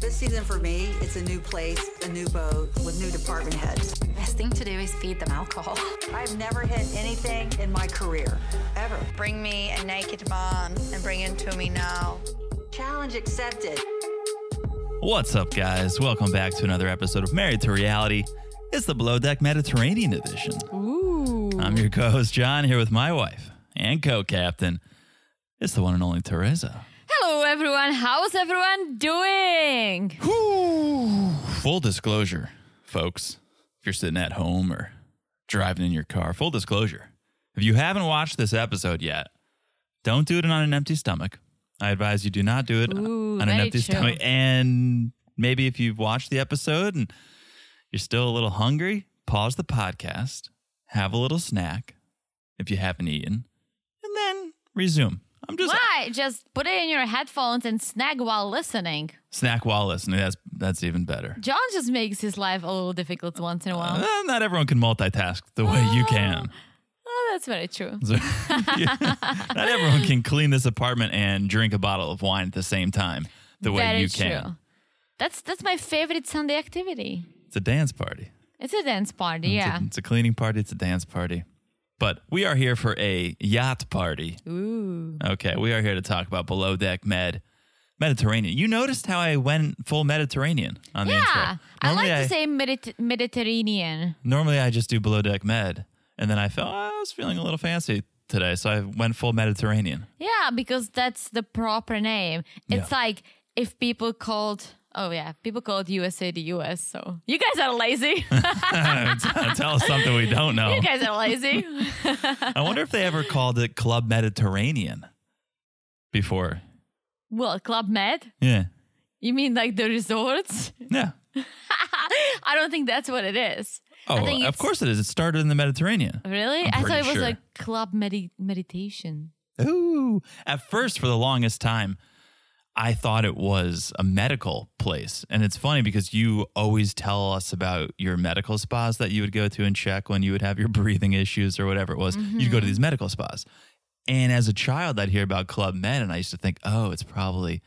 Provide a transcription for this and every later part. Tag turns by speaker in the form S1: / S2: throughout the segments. S1: This season for me, it's a new place, a new boat with new department heads.
S2: Best thing to do is feed them alcohol.
S1: I've never hit anything in my career, ever.
S3: Bring me a naked mom and bring it to me now.
S1: Challenge accepted.
S4: What's up, guys? Welcome back to another episode of Married to Reality. It's the Below Deck Mediterranean edition.
S5: Ooh.
S4: I'm your co host, John, here with my wife and co captain. It's the one and only Teresa.
S5: Hello, everyone. How's everyone doing?
S4: Full disclosure, folks, if you're sitting at home or driving in your car, full disclosure, if you haven't watched this episode yet, don't do it on an empty stomach. I advise you do not do it
S5: Ooh,
S4: on an
S5: very
S4: empty
S5: true.
S4: stomach. And maybe if you've watched the episode and you're still a little hungry, pause the podcast, have a little snack if you haven't eaten, and then resume. I'm just
S5: Why? Just put it in your headphones and snag while listening.
S4: snack while listening. That's that's even better.
S5: John just makes his life a little difficult once in a while.
S4: Uh, not everyone can multitask the way you can.
S5: Oh, that's very true.
S4: So- not everyone can clean this apartment and drink a bottle of wine at the same time the way
S5: very
S4: you
S5: true.
S4: can.
S5: That's that's my favorite Sunday activity.
S4: It's a dance party.
S5: It's a dance party,
S4: It's a-
S5: yeah.
S4: It's a, cleaning party, it's a dance party. But we are here for a yacht party.
S5: Ooh.
S4: Okay, we are here to talk about below deck med Mediterranean. You noticed how I went full Mediterranean on the intro.
S5: Yeah. I like
S4: Normally
S5: to say Mediter- Mediterranean.
S4: normally I just do below deck med, and then I felt "Ah, I was feeling a little fancy today, so I went full Mediterranean.
S5: Yeah, because that's the proper name. It's like if people called oh yeah, people called USA the US, so you guys are lazy.
S4: Oh. Tell us something we don't know.
S5: you guys are lazy.
S4: I wonder if they ever called it Club Mediterranean before.
S5: well, Club Med?
S4: Yeah.
S5: You mean like the resorts?
S4: Yeah.
S5: I don't think that's what it is. I
S4: Oh,
S5: think
S4: of
S5: it's-
S4: course it is. It started in the Mediterranean.
S5: Really?
S4: I'm
S5: I thought
S4: pretty
S5: it was
S4: sure.
S5: like club medi- meditation.
S4: Ooh. At first, for the longest time, I thought it was a medical place. And it's funny because you always tell us about your medical spas that you would go to and check when you would have your breathing issues or whatever it was. You'd
S5: Mm-hmm.
S4: go to these medical spas. And as a child, I'd hear about Club Med and I used to think, oh, it's probably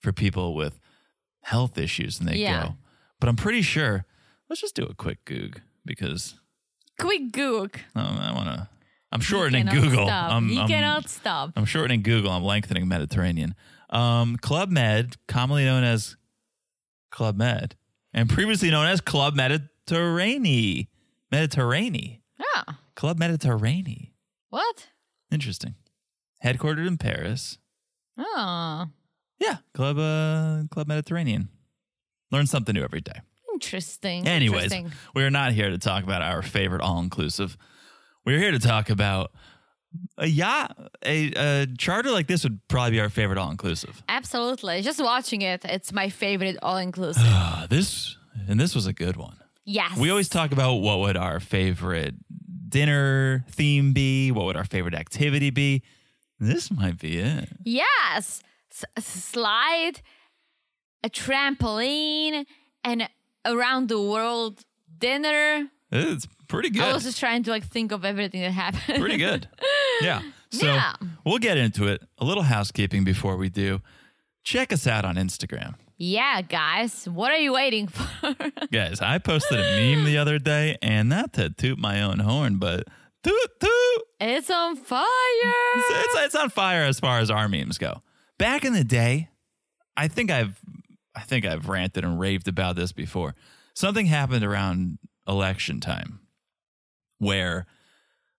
S4: for people with health issues and they
S5: Yeah.
S4: go. But I'm pretty sure, let's just do a quick Goog because
S5: Quick goog.
S4: um, I want to. I'm
S5: You
S4: shortening
S5: cannot
S4: Google. Um,
S5: Stop.
S4: I'm-
S5: you
S4: I'm-
S5: cannot stop.
S4: I'm shortening Google. I'm lengthening Mediterranean. Um, Club Med, commonly known as Club Med, and previously known as Club Mediterranean. Mediterranean.
S5: Ah,
S4: Club Mediterranean.
S5: what?
S4: Interesting. Headquartered in Paris.
S5: Oh,
S4: Yeah, Club uh, Club Mediterranean. Learn something new every day.
S5: interesting.
S4: Anyways,
S5: Interesting.
S4: we are not here to talk about our favorite all inclusive. We're here to talk about a yacht. A, a charter like this would probably be our favorite all inclusive.
S5: Absolutely. Just watching it, it's my favorite all inclusive.
S4: Uh, this and this was a good one.
S5: yes.
S4: We always talk about what would our favorite dinner theme be, what would our favorite activity be. This might be it.
S5: Yes. S- s- slide, a trampoline, and around the world dinner.
S4: It's pretty good.
S5: I was just trying to like think of everything that happened.
S4: pretty good. Yeah. So
S5: Yeah.
S4: we'll get into it. A little housekeeping before we do. Check us out on Instagram.
S5: yeah, guys. What are you waiting for?
S4: Guys, I posted a meme the other day and not to toot my own horn, but toot toot.
S5: it's on fire.
S4: it's, it's, it's on fire as far as our memes go. Back in the day, I think I've I think I've ranted and raved about this before. Something happened around election time where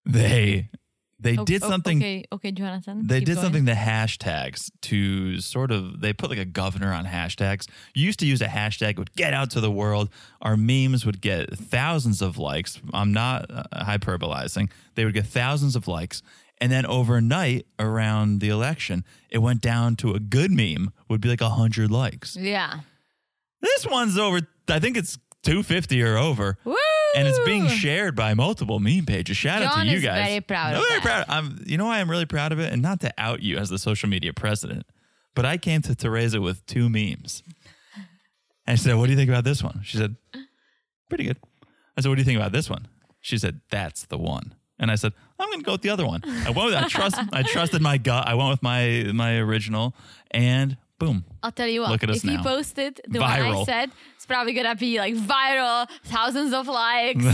S4: they they
S5: O-
S4: did
S5: o-
S4: something
S5: Oh, Okay, okay, Jonathan.
S4: they
S5: keep
S4: did
S5: going.
S4: something to hashtags to sort of they put like a governor on hashtags. You used to use a hashtag it would get out to the world. Our memes would get thousands of likes. I'm not uh, hyperbolizing. They would get thousands of likes. And then overnight around the election, it went down to a good meme would be like 100 likes.
S5: Yeah.
S4: This one's over I think it's 250 or over.
S5: Woo!
S4: And it's being shared by multiple meme pages. Shout out
S5: John
S4: to you
S5: is
S4: guys.
S5: very proud
S4: I'm
S5: of
S4: very
S5: that.
S4: proud. I'm, you know, why I'm really proud of it, and not to out you as the social media president, but I came to Teresa with two memes. And she said, "What do you think about this one?" She said, "Pretty good." I said, "What do you think about this one?" She said, "That's the one." And I said, "I'm going to go with the other one." I went. With, I trust. I trusted my gut. I went with my my original, and Boom.
S5: I'll tell you what.
S4: Look at us
S5: if
S4: now.
S5: you posted the one I
S4: Viral.
S5: said, it's probably gonna be like viral, thousands of likes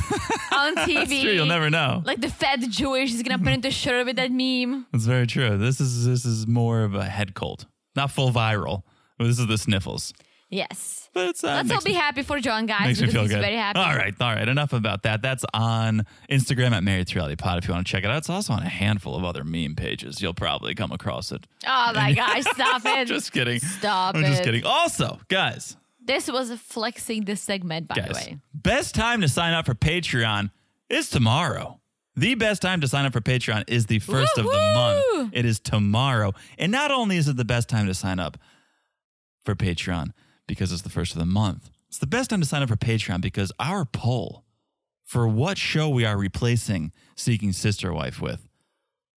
S5: on TV.
S4: It's true. You'll never know.
S5: Like the fat Jewish is gonna print a shirt with that meme.
S4: That's very true. This is this is more of a head cold, not full viral. This is the sniffles.
S5: Yes.
S4: But it's, uh,
S5: Let's
S4: makes
S5: all be
S4: me-
S5: happy for John, guys.
S4: Makes me
S5: because
S4: feel
S5: he's
S4: good.
S5: very happy.
S4: All right, all right. Enough about that. That's on Instagram at Married to Reality Pod. If you want to check it out, it's also on a handful of other meme pages. You'll probably come across it.
S5: Oh my gosh, stop it.
S4: Just kidding.
S5: Stop
S4: I'm just
S5: it.
S4: kidding. Also, guys,
S5: This was flexing this segment, by the
S4: guys,
S5: way.
S4: best time to sign up for Patreon is tomorrow. The best time to sign up for Patreon is the 1st of the
S5: Woohoo!
S4: month. It is tomorrow. And not only is it the best time to sign up for Patreon because it's the first of the month, it's the best time to sign up for Patreon because our poll for what show we are replacing Seeking Sister Wife with,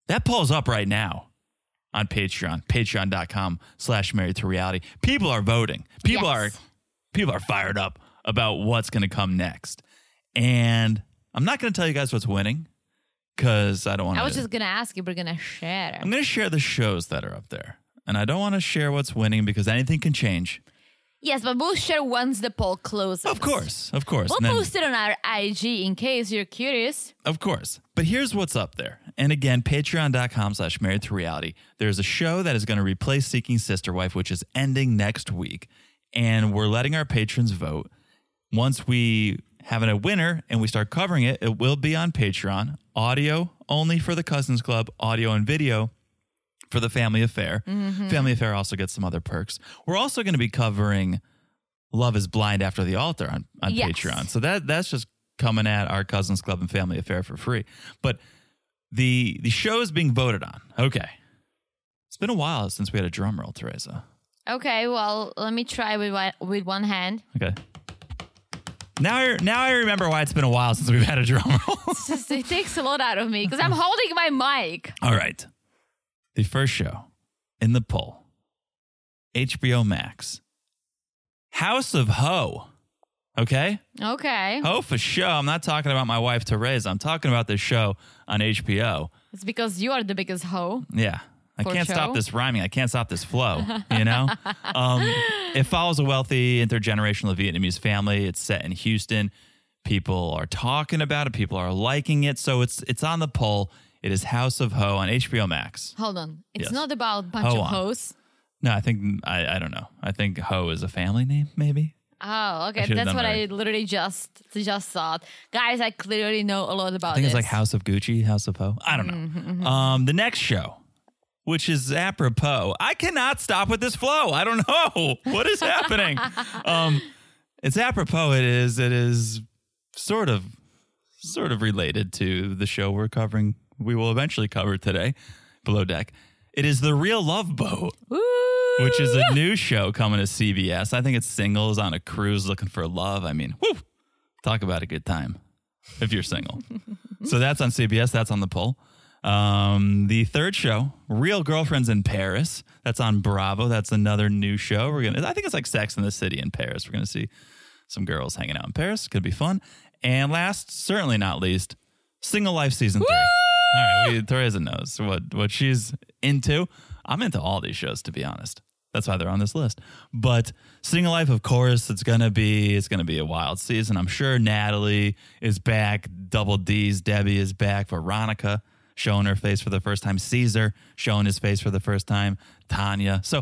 S4: that poll's up right now on Patreon, patreon.com slash married to reality. People are voting. People
S5: Yes.
S4: are people are fired up about what's going to come next. And I'm not going to tell you guys what's winning because I don't want
S5: I
S4: to.
S5: was just gonna ask if we're gonna share.
S4: I'm going to share the shows that are up there. And I don't want to share what's winning because anything can change.
S5: Yes, but we'll share once the poll closes.
S4: Of course. Of course.
S5: We'll
S4: And then-
S5: post it on our IG in case you're curious.
S4: Of course. But here's what's up there. And again, patreon.com slash married to reality. There's a show that is going to replace Seeking Sister Wife, which is ending next week. And we're letting our patrons vote. Once we have a winner and we start covering it, it will be on Patreon. Audio only for the Cousins Club, audio and video for the Family Affair. Family Affair also gets some other perks. We're also going to be covering Love is Blind After the Altar on, on
S5: Yes.
S4: Patreon. So that that's just coming at our Cousins Club and Family Affair for free. But the the show is being voted on. Okay. It's been a while since we had a drum roll, Teresa.
S5: Okay, well, let me try with one, with one hand.
S4: Okay. Now I now I remember why it's been a while since we've had a drum roll.
S5: It's just- it takes a lot out of me because I'm holding my mic.
S4: All right. The first show in the poll HBO Max, House of Ho. Okay?
S5: Okay,
S4: Ho for show. I'm not talking about my wife, Therese. I'm talking about this show on HBO.
S5: it's because you are the biggest hoe.
S4: Yeah. I
S5: For
S4: can't stop
S5: show?
S4: this rhyming. I can't stop this flow, you know? um, it follows a wealthy intergenerational Vietnamese family. It's set in Houston. People are talking about it. People are liking it. So it's it's on the poll. It is House of Ho on HBO Max.
S5: Hold on, it's
S4: Yes.
S5: not about bunch
S4: Hoe
S5: of
S4: on.
S5: hoes.
S4: No, I think I, I don't know. I think Ho is a family name, maybe.
S5: Oh, okay,
S4: should've
S5: that's
S4: done
S5: what
S4: that
S5: I literally just just thought, guys. I clearly know a lot about
S4: I think
S5: this. Mm-hmm,
S4: it's like House of Gucci, House of Ho. I don't know. Um, the next show, which is apropos, I cannot stop with this flow. I don't know what is happening. um, it's apropos. It is. It is sort of, sort of related to the show we're covering. We will eventually cover today, Below Deck. It is the Real Love Boat,
S5: Ooh.
S4: which is a new show coming to CBS. I think it's singles on a cruise looking for love. I mean, whoo, talk about a good time if you're single. so that's on CBS. That's on the poll. Um, the third show, Real Girlfriends in Paris. That's on Bravo. That's another new show. We're gonna. I think it's like Sex in the City in Paris. We're gonna see some girls hanging out in Paris. Could be fun. And last, certainly not least, Single Life season three. All right, we, Teresa knows what what she's into. I'm into all these shows, to be honest. That's why they're on this list. But Single Life, of course, it's gonna be it's gonna be a wild season. I'm sure Natalie is back. Double D's Debbie is back. Veronica showing her face for the first time. Caesar showing his face for the first time. Tanya. So,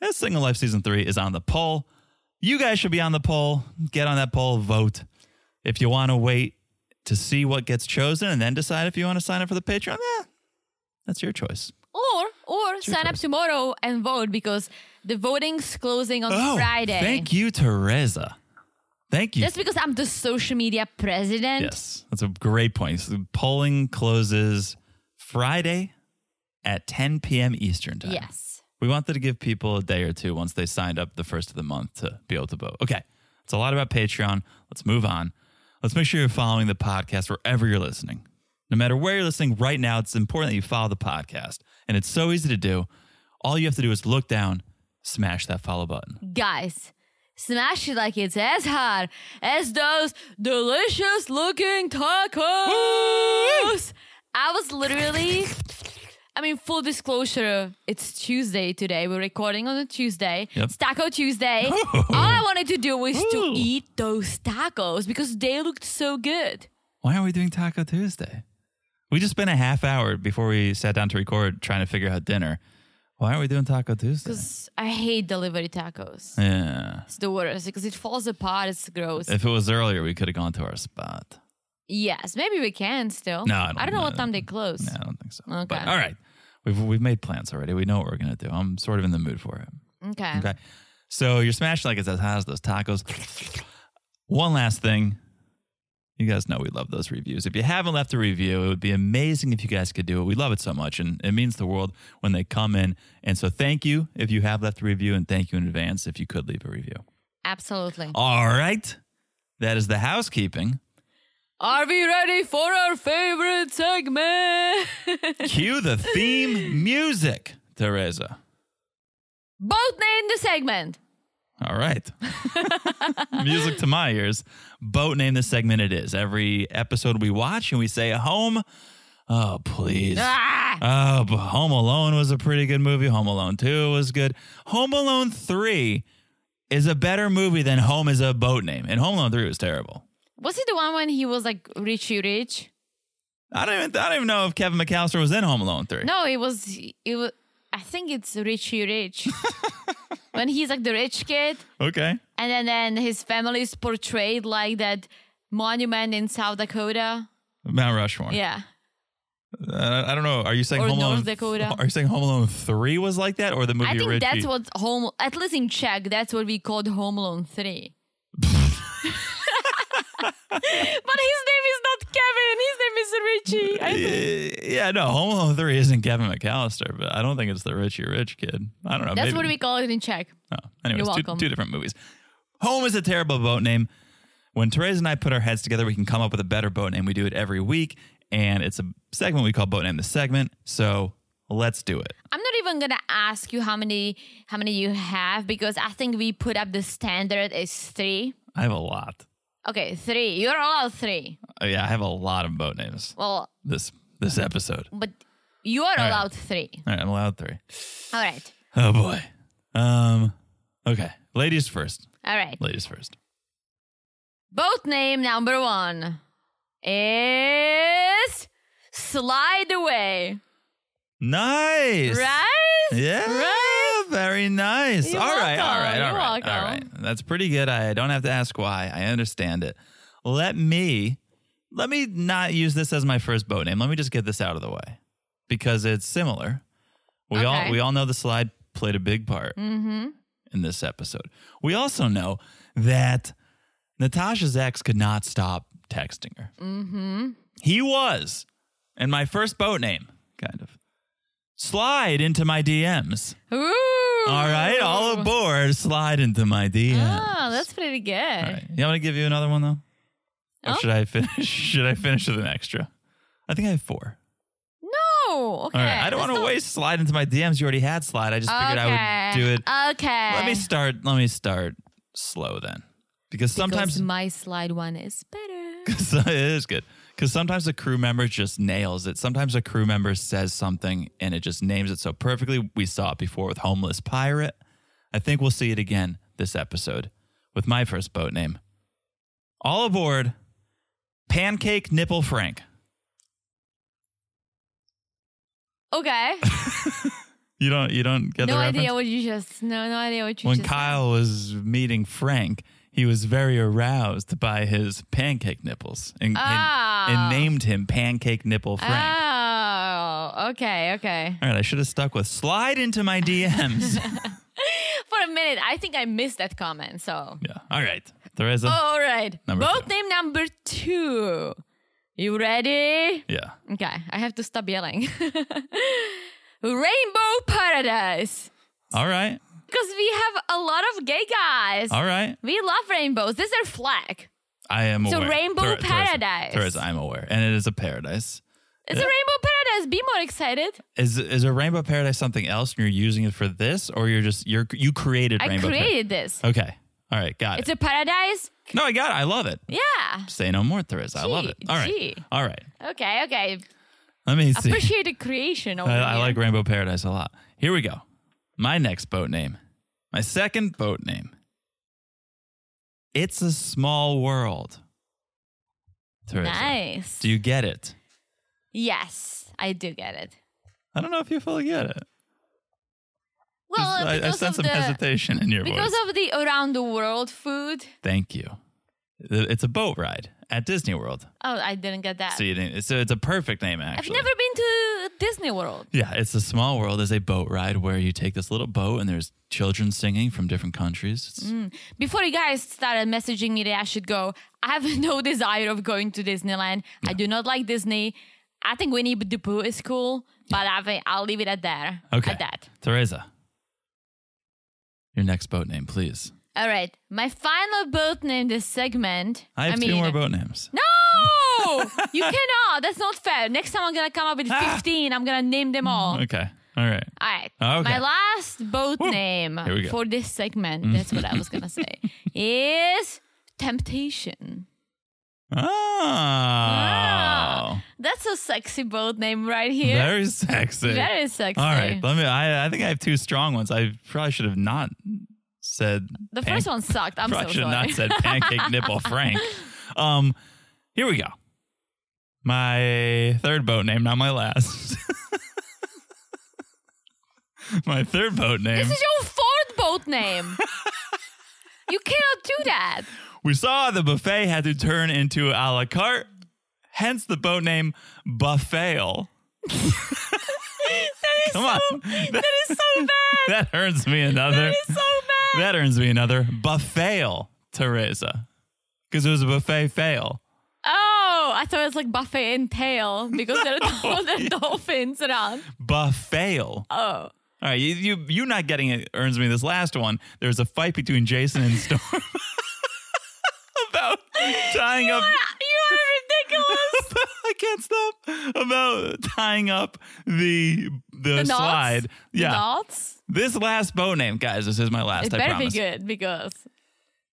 S4: that Single Life season three is on the poll. You guys should be on the poll. Get on that poll. Vote if you want to wait to see what gets chosen and then decide if you want to sign up for the Patreon, eh, that's your choice.
S5: Or or sign up
S4: choice.
S5: tomorrow and vote because the voting's closing on Friday.
S4: Oh, Thank you, Teresa. Thank you.
S5: Just because I'm the social media president.
S4: yes, that's a great point. So the polling closes Friday at 10 p.m. Eastern time.
S5: Yes.
S4: We wanted to give people a day or two once they signed up the first of the month to be able to vote. Okay. It's a lot about Patreon. Let's move on. Let's make sure you're following the podcast wherever you're listening. No matter where you're listening right now, it's important that you follow the podcast. And it's so easy to do. All you have to do is look down, smash that follow button.
S5: Guys, smash it like it's as hard as those delicious looking tacos. I was literally I mean, full disclosure, it's Tuesday today. We're recording on a Tuesday.
S4: Yep. Oh.
S5: It's Taco Tuesday. All I wanted to do was to eat those tacos because they looked so good.
S4: Why are we doing Taco Tuesday? We just spent a half hour before we sat down to record trying to figure out dinner. Why are we doing Taco Tuesday?
S5: Because I hate delivery tacos.
S4: Yeah.
S5: It's the worst because it falls apart. It's gross.
S4: If it was earlier, we could have gone to our spot.
S5: yes, maybe we can still.
S4: No, I don't
S5: I don't know what
S4: know.
S5: time they close.
S4: No, I don't think so.
S5: Okay.
S4: But all right. We've, we've made plans already. We know what we're going to do. I'm sort of in the mood for it.
S5: Okay.
S4: Okay. So you're smashing like it's as hot as those tacos. One last thing. You guys know we love those reviews. If you haven't left a review, it would be amazing if you guys could do it. We love it so much and it means the world when they come in. And so thank you if you have left a review and thank you in advance if you could leave a review.
S5: Absolutely.
S4: All right. That is the housekeeping.
S5: Are we ready for our favorite segment?
S4: Cue the theme music, Teresa.
S5: Both name the segment.
S4: All right. Music to my ears. Boat name the segment it is. Every episode we watch and we say home. Oh, please.
S5: Ah!
S4: Oh, but Home Alone was a pretty good movie. Home Alone 2 was good. Home Alone 3 is a better movie than Home is a Boat Name. And Home Alone 3 was terrible.
S5: Was it the one when he was like Richie Rich?
S4: I don't even I don't even know if Kevin McAllister was in Home Alone 3.
S5: No, it was it was. I think it's Richie Rich. when he's like the rich kid,
S4: Okay.
S5: and then then his family is portrayed like that monument in South Dakota.
S4: Mount Rushmore.
S5: Yeah,
S4: Uh, I don't know. Are you saying
S5: Or
S4: Home Alone?
S5: North Dakota.
S4: Are you saying Home Alone 3 was like that or the movie
S5: I think
S4: Richie?
S5: that's what home. At least in Czech, that's what we called Home Alone Three. but his name is not Kevin. His name is Richie. I think.
S4: Eh, yeah, no, Home Alone 3 isn't Kevin McAllister, but I don't think it's the Richie Rich kid. I don't know.
S5: That's
S4: maybe.
S5: what we call it in Czech.
S4: Oh, anyways,
S5: You're
S4: two,
S5: welcome.
S4: two different movies. Home is a terrible boat name. When Therese and I put our heads together, we can come up with a better boat name. We do it every week, and it's a segment we call Boat Name the Segment. So let's do it.
S5: I'm not even gonna ask you how many how many you have because I think we put up the standard is three.
S4: I have a lot.
S5: Okay, three. You're allowed three.
S4: Oh, yeah, I have a lot of boat names
S5: Well,
S4: this this episode.
S5: but you are
S4: right.
S5: allowed three.
S4: All right, I'm allowed three.
S5: All right.
S4: Oh boy. Um. Okay, ladies first.
S5: All right.
S4: Ladies first.
S5: Boat name number one is Slide Away.
S4: Nice.
S5: Right?
S4: Yeah. Very nice.
S5: You're
S4: all right, all
S5: welcome.
S4: right, all
S5: You're
S4: right, all right.
S5: welcome.
S4: That's pretty good. I don't have to ask why. I understand it. Let me let me not use this as my first boat name. Let me just get this out of the way because it's similar. We all
S5: Okay. Mm-hmm.
S4: we all know the slide played a big part in this episode. We also know that Natasha's ex could not stop texting her. Mm-hmm. He was, and my first boat name, kind of, slide into my DMs.
S5: Ooh.
S4: All right, all aboard, slide into my DMs.
S5: Oh, that's pretty good.
S4: all right. You want me to give you another one though, or
S5: Oh.
S4: should I finish? Should I finish with an extra? I think I have four.
S5: No. Okay.
S4: All right, I don't want to waste slide into my DMs. You already had slide. I just figured I would do it.
S5: Okay.
S4: Let me start. Let me start slow then, because sometimes
S5: Because my slide one is better.
S4: So it is good because sometimes a crew member just nails it. Sometimes a crew member says something and it just names it so perfectly. We saw it before with homeless pirate. I think we'll see it again this episode with my first boat name. All aboard, pancake nipple Frank.
S5: Okay.
S4: You don't you don't get
S5: no
S4: the
S5: idea
S4: reference.
S5: what you just no no idea what you
S4: when
S5: just
S4: Kyle was meeting Frank, he was very aroused by his pancake nipples and, and, and
S5: Ah.
S4: named him Pancake Nipple Frank.
S5: Oh, okay, okay.
S4: All right, I should have stuck with slide into my DMs.
S5: For a minute, I think I missed that comment. So,
S4: yeah. All right. Theresa.
S5: all right,
S4: Number
S5: boat
S4: two.
S5: name number two. You ready?
S4: Yeah.
S5: Okay, I have to stop yelling. Rainbow Paradise,
S4: All right.
S5: because we have a lot of gay guys.
S4: All right.
S5: We love rainbows. This is our flag.
S4: I am
S5: It's a
S4: aware.
S5: rainbow
S4: Thera- Theresa-
S5: paradise.
S4: Theresa, I'm aware. And it is a paradise.
S5: It's a rainbow paradise. Be more excited.
S4: Is is a rainbow paradise something else and you're using it for this or you're just you're you created
S5: I
S4: rainbow
S5: created this.
S4: paradise? Okay. All right, got
S5: It's
S4: it.
S5: a paradise.
S4: no, I got it. I love it.
S5: Yeah.
S4: Say no more, Theresa. I love it.
S5: Gee,
S4: All right.
S5: gee.
S4: All right.
S5: Okay, okay.
S4: Let me see.
S5: Appreciate the creation. Over
S4: I, I
S5: here.
S4: like Rainbow Paradise a lot. Here we go. My next boat name. My second boat name. It's a small world. Teresa,
S5: Nice.
S4: Do you get it?
S5: yes, I do get it.
S4: I don't know if you fully get it.
S5: Well,
S4: Just-
S5: uh,
S4: I, I
S5: because
S4: sense
S5: of
S4: some
S5: the
S4: hesitation in your
S5: because
S4: voice.
S5: of the around the world food.
S4: Thank you. It's a boat ride at Disney World.
S5: Oh, I didn't get that.
S4: So, you didn't, so it's a perfect name,
S5: I've
S4: actually.
S5: never been to Disney World.
S4: Yeah, it's a small world. There's a boat ride where you take this little boat and there's children singing from different countries. It's,
S5: Before you guys started messaging me that I should go, I have no desire of going to Disneyland. I do not like Disney. I think Winnie the Pooh is cool, but I think I'll leave it at there.
S4: Okay.
S5: At that.
S4: Teresa, your next boat name, please.
S5: All right. My final boat name this segment.
S4: I have two more boat names.
S5: No! you cannot. That's not fair. Next time I'm going to come up with 15. I'm going to name them all.
S4: Ah. Okay. All right.
S5: All right.
S4: Ah, Okay.
S5: My last boat name
S4: Here we go. Mm.
S5: for this segment, that's what I was going to say, is Temptation.
S4: Oh.
S5: Ah, That's a sexy boat name right here.
S4: Very sexy.
S5: Very sexy.
S4: All right. Let me I I think I have two strong ones. I probably should have not said
S5: The
S4: pan-
S5: first one sucked. I'm so
S4: probably should have
S5: sorry.
S4: not said pancake nipple Frank. Um here we go. My third boat name, not my last. my third boat name.
S5: This is your fourth boat name. you cannot do that.
S4: We saw the buffet had to turn into a la carte, hence the boat name Buffale. Come on. that is so bad. that earns me another. That is so bad. That earns me another buffale, Teresa. Because it was a buffet fail.
S5: Oh, I thought it was like buffet and tail because there are all the dolphins around.
S4: Buffale. Oh. All right, you, you you not getting it earns me this last one. There was a fight between Jason and Storm about tying up
S5: You are ridiculous.
S4: I can't stop about tying up the the,
S5: The knots?
S4: slide.
S5: The
S4: Yeah,
S5: knots?
S4: this last boat name, guys. This is my last.
S5: It
S4: I
S5: better
S4: promise.
S5: be good because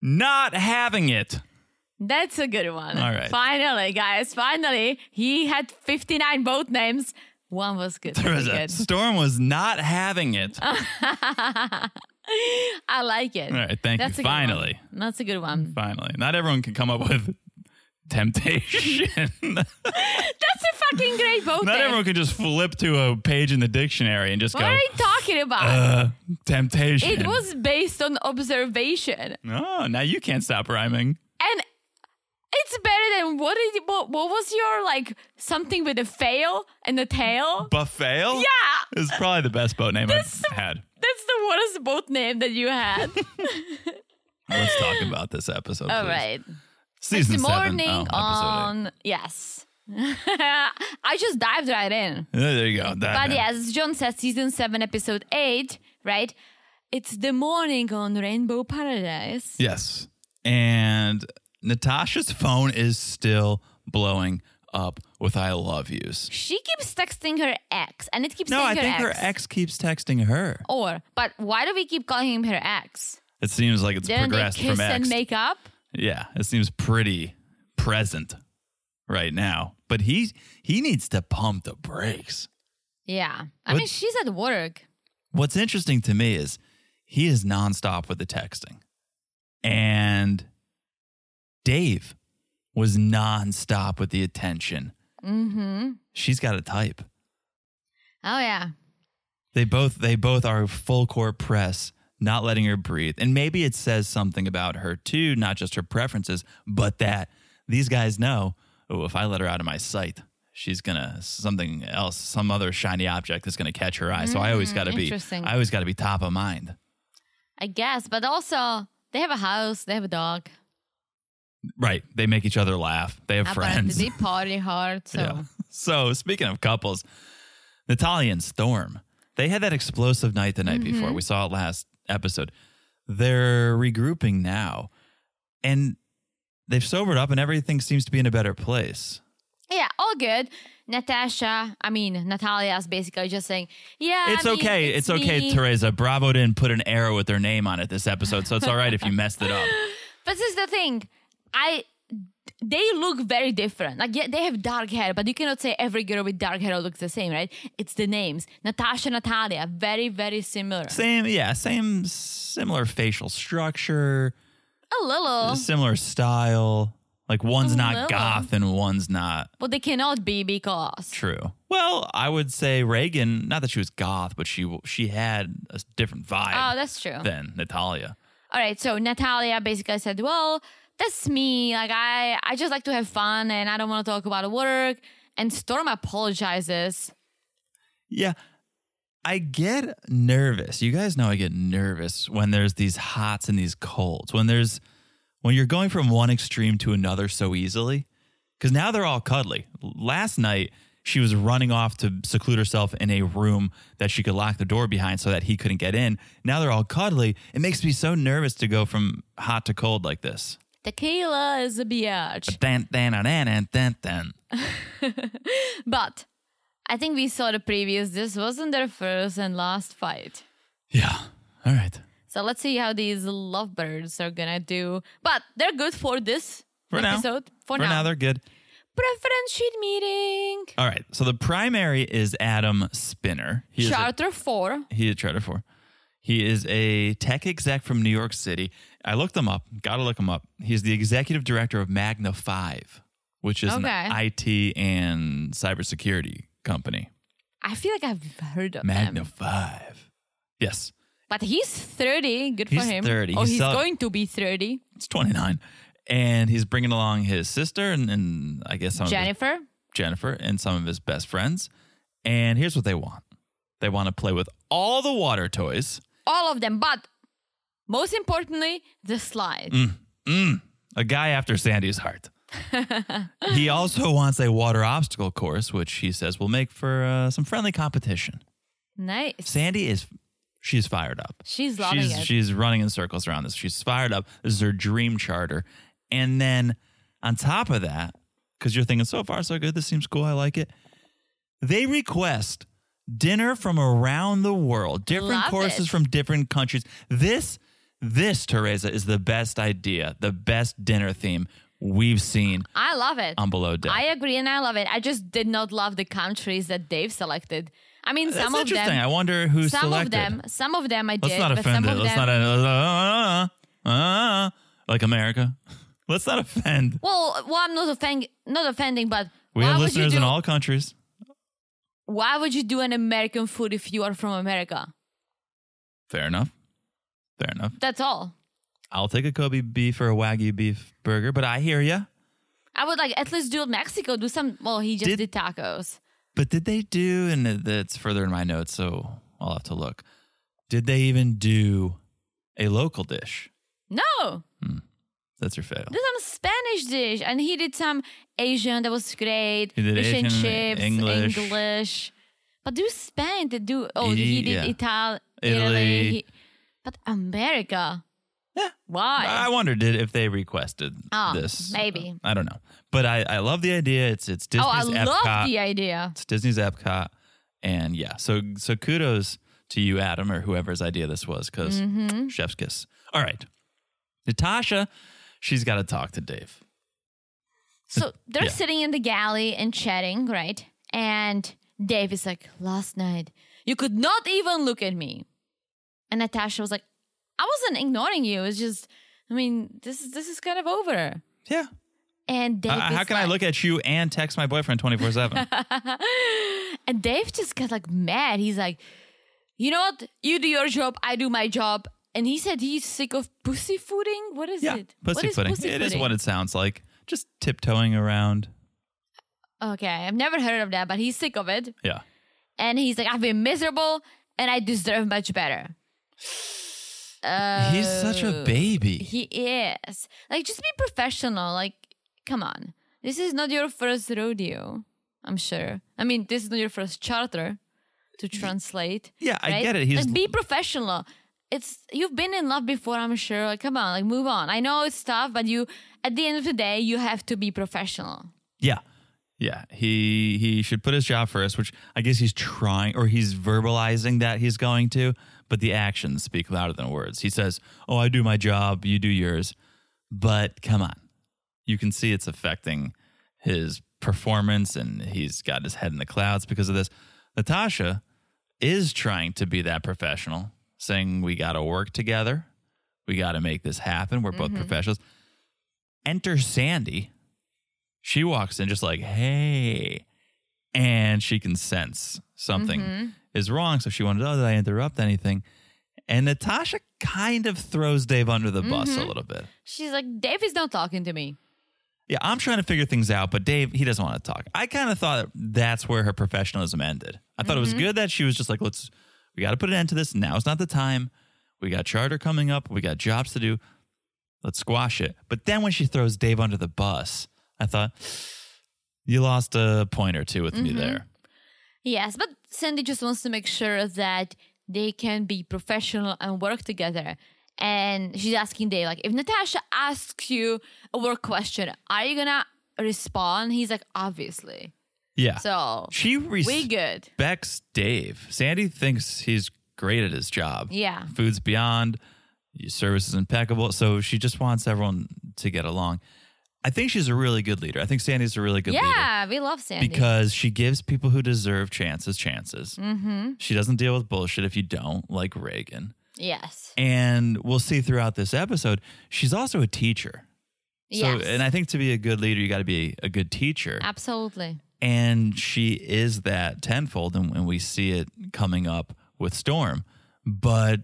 S4: Not having it.
S5: that's a good one.
S4: All right.
S5: Finally, guys. Finally, he had 59 boat names. One was good.
S4: There was
S5: pretty
S4: a
S5: good. Ah,
S4: storm was not having it.
S5: I like it.
S4: All right, thank you.
S5: a good one.
S4: Finally.
S5: That's a good one.
S4: Finally, not everyone can come up with temptation.
S5: That's a fucking great boat
S4: not
S5: name.
S4: everyone can just flip to a page in the dictionary and just
S5: what
S4: go
S5: are you talking about?
S4: uh, temptation.
S5: it was based on observation.
S4: Oh, now you can't stop rhyming.
S5: And it's better than what did what, what was your like something with a fail and a tail?
S4: Buffet. Yeah,
S5: Yeah.
S4: is probably the best boat name I've had.
S5: That's the worst boat name that you had.
S4: Let's talk about this episode.
S5: All
S4: please.
S5: right.
S4: Season
S5: it's
S4: seven.
S5: morning
S4: Oh, episode
S5: on yes. I just dived right in.
S4: eight. Yeah, there you go. That-
S5: But yeah, as John said, season seven, episode eight, right? It's the morning on Rainbow Paradise.
S4: Yes. And Natasha's phone is still blowing up with I love yous.
S5: She keeps texting her ex, and it keeps
S4: No, I
S5: saying
S4: think
S5: her
S4: her
S5: ex.
S4: ex keeps texting her.
S5: Or, but why do we keep calling him her ex?
S4: It seems like it's
S5: Didn't they
S4: progressed
S5: kiss
S4: from ex.
S5: and make up?
S4: yeah, it seems pretty present right now. But he he needs to pump the brakes.
S5: Yeah. I
S4: What-
S5: mean, she's at work.
S4: What's interesting to me is he is nonstop with the texting. And Dave was nonstop with the attention.
S5: Mm-hmm.
S4: She's got a type.
S5: Oh, yeah.
S4: They both they both are full court press, not letting her breathe. And maybe it says something about her too, not just her preferences, but that these guys know, oh, if I let her out of my sight, she's gonna something else, some other shiny object is gonna catch her eye. so I always gotta be
S5: interesting.
S4: I always gotta be top of mind.
S5: I guess. But also, they have a house, they have a dog.
S4: Right. They make each other laugh. They have
S5: Apparently,
S4: friends.
S5: they party hard. So,
S4: Yeah. So speaking of couples, Natalia and Storm, they had that explosive night the night
S5: Mm-hmm.
S4: before. We saw it last episode. They're regrouping now, and they've sobered up, and everything seems to be in a better place.
S5: yeah, all good. Natasha, I mean, Natalia's basically just saying, yeah. I
S4: it's
S5: mean,
S4: okay. It's,
S5: It's,
S4: okay,
S5: me.
S4: Teresa. Bravo didn't put an arrow with their name on it this episode, so it's all right if you messed it up.
S5: But this is the thing. I they look very different. Like yeah, they have dark hair, but you cannot say every girl with dark hair looks the same, right? It's the names. Natasha, Natalia, very, very similar.
S4: Same, yeah, same, similar facial structure,
S5: A little.
S4: similar style. Like one's
S5: Little.
S4: not goth and one's not
S5: But they cannot be because
S4: true. Well, I would say Reagan. Not that she was goth, but she she had a different vibe.
S5: Oh, that's true.
S4: Than Natalia.
S5: All right, so Natalia basically said, "Well, that's me. Like I, I just like to have fun, and I don't want to talk about work." And Storm apologizes.
S4: Yeah. I get nervous. You guys know I get nervous when there's these hots and these colds. When there's when you're going from one extreme to another so easily. Cuz now they're all cuddly. Last night she was running off to seclude herself in a room that she could lock the door behind so that he couldn't get in. Now they're all cuddly. It makes me so nervous to go from hot to cold like this.
S5: Tequila is a biatch,
S4: Dun, dun, dun, dun, dun, dun.
S5: but I think we saw the previous. This wasn't their first and last fight.
S4: Yeah. All right.
S5: So let's see how these lovebirds are gonna do. But they're good for this
S4: For now.
S5: episode. For,
S4: For now they're good.
S5: preference sheet meeting.
S4: All right. So the primary is Adam Spinner. He is a,
S5: Charter four.
S4: he is Charter for. He is a tech exec from New York City. I looked him up. Got to look him up. He's the executive director of Magna 5, which is
S5: Okay.
S4: an IT and cybersecurity company.
S5: I feel like I've heard of
S4: Magna
S5: them.
S4: 5. Yes.
S5: But he's 30. Good
S4: He's
S5: for him.
S4: 30.
S5: Oh,
S4: He's
S5: he's,
S4: sell-
S5: going to be 30.
S4: It's 29. And he's bringing along his sister and, and I guess some of his
S5: Jennifer.
S4: Jennifer and some of his best friends. And here's what they want they want to play with all the water toys.
S5: All of them. But most importantly, the slide.
S4: Mm. a guy after Sandy's heart. he also wants a water obstacle course, which he says will make for uh, some friendly competition.
S5: Nice.
S4: Sandy is, she's fired up.
S5: She's loving
S4: she's,
S5: it.
S4: She's running in circles around this. She's fired up. This is her dream charter. And then on top of that, because you're thinking, so far, so good. This seems cool. I like it. They request dinner from around the world, different
S5: Love
S4: courses
S5: it.
S4: from different countries. This, this, Teresa, is the best idea, the best dinner theme we've seen
S5: I love it.
S4: on Below Deck.
S5: I agree and I love it. I just did not love the countries that they've selected. I mean,
S4: That's
S5: some of
S4: interesting.
S5: them.
S4: I wonder who
S5: some
S4: selected.
S5: of them. Some of them I did.
S4: Let's not
S5: but some
S4: offend it.
S5: of
S4: Let's
S5: them.
S4: not. Uh, uh, uh, uh, like America. Let's not offend.
S5: well, well, I'm not offending. Not offending, but
S4: We
S5: why
S4: have
S5: would you
S4: listeners
S5: do,
S4: in all countries.
S5: Why would you do an American food if you are from America?
S4: Fair enough. Fair enough.
S5: That's all.
S4: I'll take a Kobe beef or a Wagyu beef burger, but I hear ya.
S5: I would like at least do Mexico. Do some. Well, he just
S4: Did-
S5: did, tacos.
S4: But did they do, and it- that's further in my notes, so I'll have to look. Did they even do a local dish?
S5: No,
S4: That's your fail.
S5: do some Spanish dish, and he did some Asian. That was great.
S4: He did
S5: Fish and
S4: Asian,
S5: chips,
S4: English.
S5: English. But do Spain? Did do? Oh,
S4: E-
S5: he did
S4: yeah.
S5: Ital-
S4: Italy.
S5: Italy. he- but America.
S4: Yeah. I
S5: Why?
S4: wonder did if they requested
S5: Oh,
S4: this.
S5: maybe.
S4: I don't know, but I, I love the idea. It's it's Disney's
S5: oh, I
S4: Epcot.
S5: love the idea.
S4: It's Disney's Epcot, and yeah, so so kudos to you, Adam, or whoever's idea this was, because
S5: Mm-hmm.
S4: Chef's kiss. All right, Natasha, she's got to talk to Dave.
S5: So they're
S4: Yeah.
S5: sitting in the galley and chatting, right? And Dave is like, last night, you could not even look at me. And Natasha was like, I wasn't ignoring you. It's just, I mean, this is this is kind of over.
S4: Yeah,
S5: And Dave,
S4: Uh, how
S5: is
S4: can I
S5: like-
S4: look at you and text my boyfriend twenty four seven?
S5: And Dave just got like mad. He's like, you know what? You do your job, I do my job. And he said he's sick of pussyfooting. What is
S4: Yeah,
S5: it? What
S4: pussy
S5: is
S4: pudding. It is
S5: pussyfooting?
S4: what it sounds like. Just tiptoeing around.
S5: Okay, I've never heard of that, but he's sick of it.
S4: Yeah,
S5: and he's like, I've been miserable and I deserve much better.
S4: he's such
S5: Oh.
S4: a baby.
S5: He is. Like, just be professional. Like, come on. This is not your first rodeo, I'm sure. I mean, this is not your first charter to translate.
S4: Yeah, I
S5: right?
S4: get it. He's
S5: like, be professional. It's you've been in love before, I'm sure. Like, come on, like move on. I know it's tough, but you at the end of the day, you have to be professional.
S4: Yeah. Yeah. He he should put his job first, which I guess he's trying or he's verbalizing that he's going to, but the actions speak louder than words. He says, "Oh, I do my job, you do yours." But come on. you can see it's affecting his performance and he's got his head in the clouds because of this. Natasha is trying to be that professional, saying, We got to work together. We got to make this happen. We're both professionals. Enter Sandy. She walks in just like, Hey. And she can sense something is wrong. So she wanted, Oh, did I interrupt anything? And Natasha kind of throws Dave under the bus a little bit.
S5: She's like, Dave is not talking to me.
S4: Yeah, I'm trying to figure things out, but Dave, he doesn't want to talk. I kind of thought that's where her professionalism ended. I thought it
S5: Mm-hmm.
S4: was good that she was just like, let's, we got to put an end to this. Now's not the time. We got charter coming up. We got jobs to do. Let's squash it. But then when she throws Dave under the bus, I thought, you lost a point or two with
S5: Mm-hmm.
S4: me there.
S5: Yes, but Sandy just wants to make sure that they can be professional and work together. And she's asking Dave, like, if Natasha asks you a work question, are you gonna respond? He's like, obviously.
S4: Yeah.
S5: So
S4: she
S5: we
S4: respects
S5: good.
S4: Dave. Sandy thinks he's great at his job.
S5: Yeah.
S4: Food's beyond, your service is impeccable. So she just wants everyone to get along. I think she's a really good leader. I think Sandy's a really good leader
S5: Yeah, we love Sandy.
S4: because she gives people who deserve chances chances. Mm-hmm. She doesn't deal with bullshit if you don't, like Reagan.
S5: yes.
S4: And we'll see throughout this episode, she's also a teacher.
S5: yes.
S4: So, and I think to be a good leader, you got to be a good teacher
S5: Absolutely.
S4: and she is that tenfold and, and we see it coming up with storm but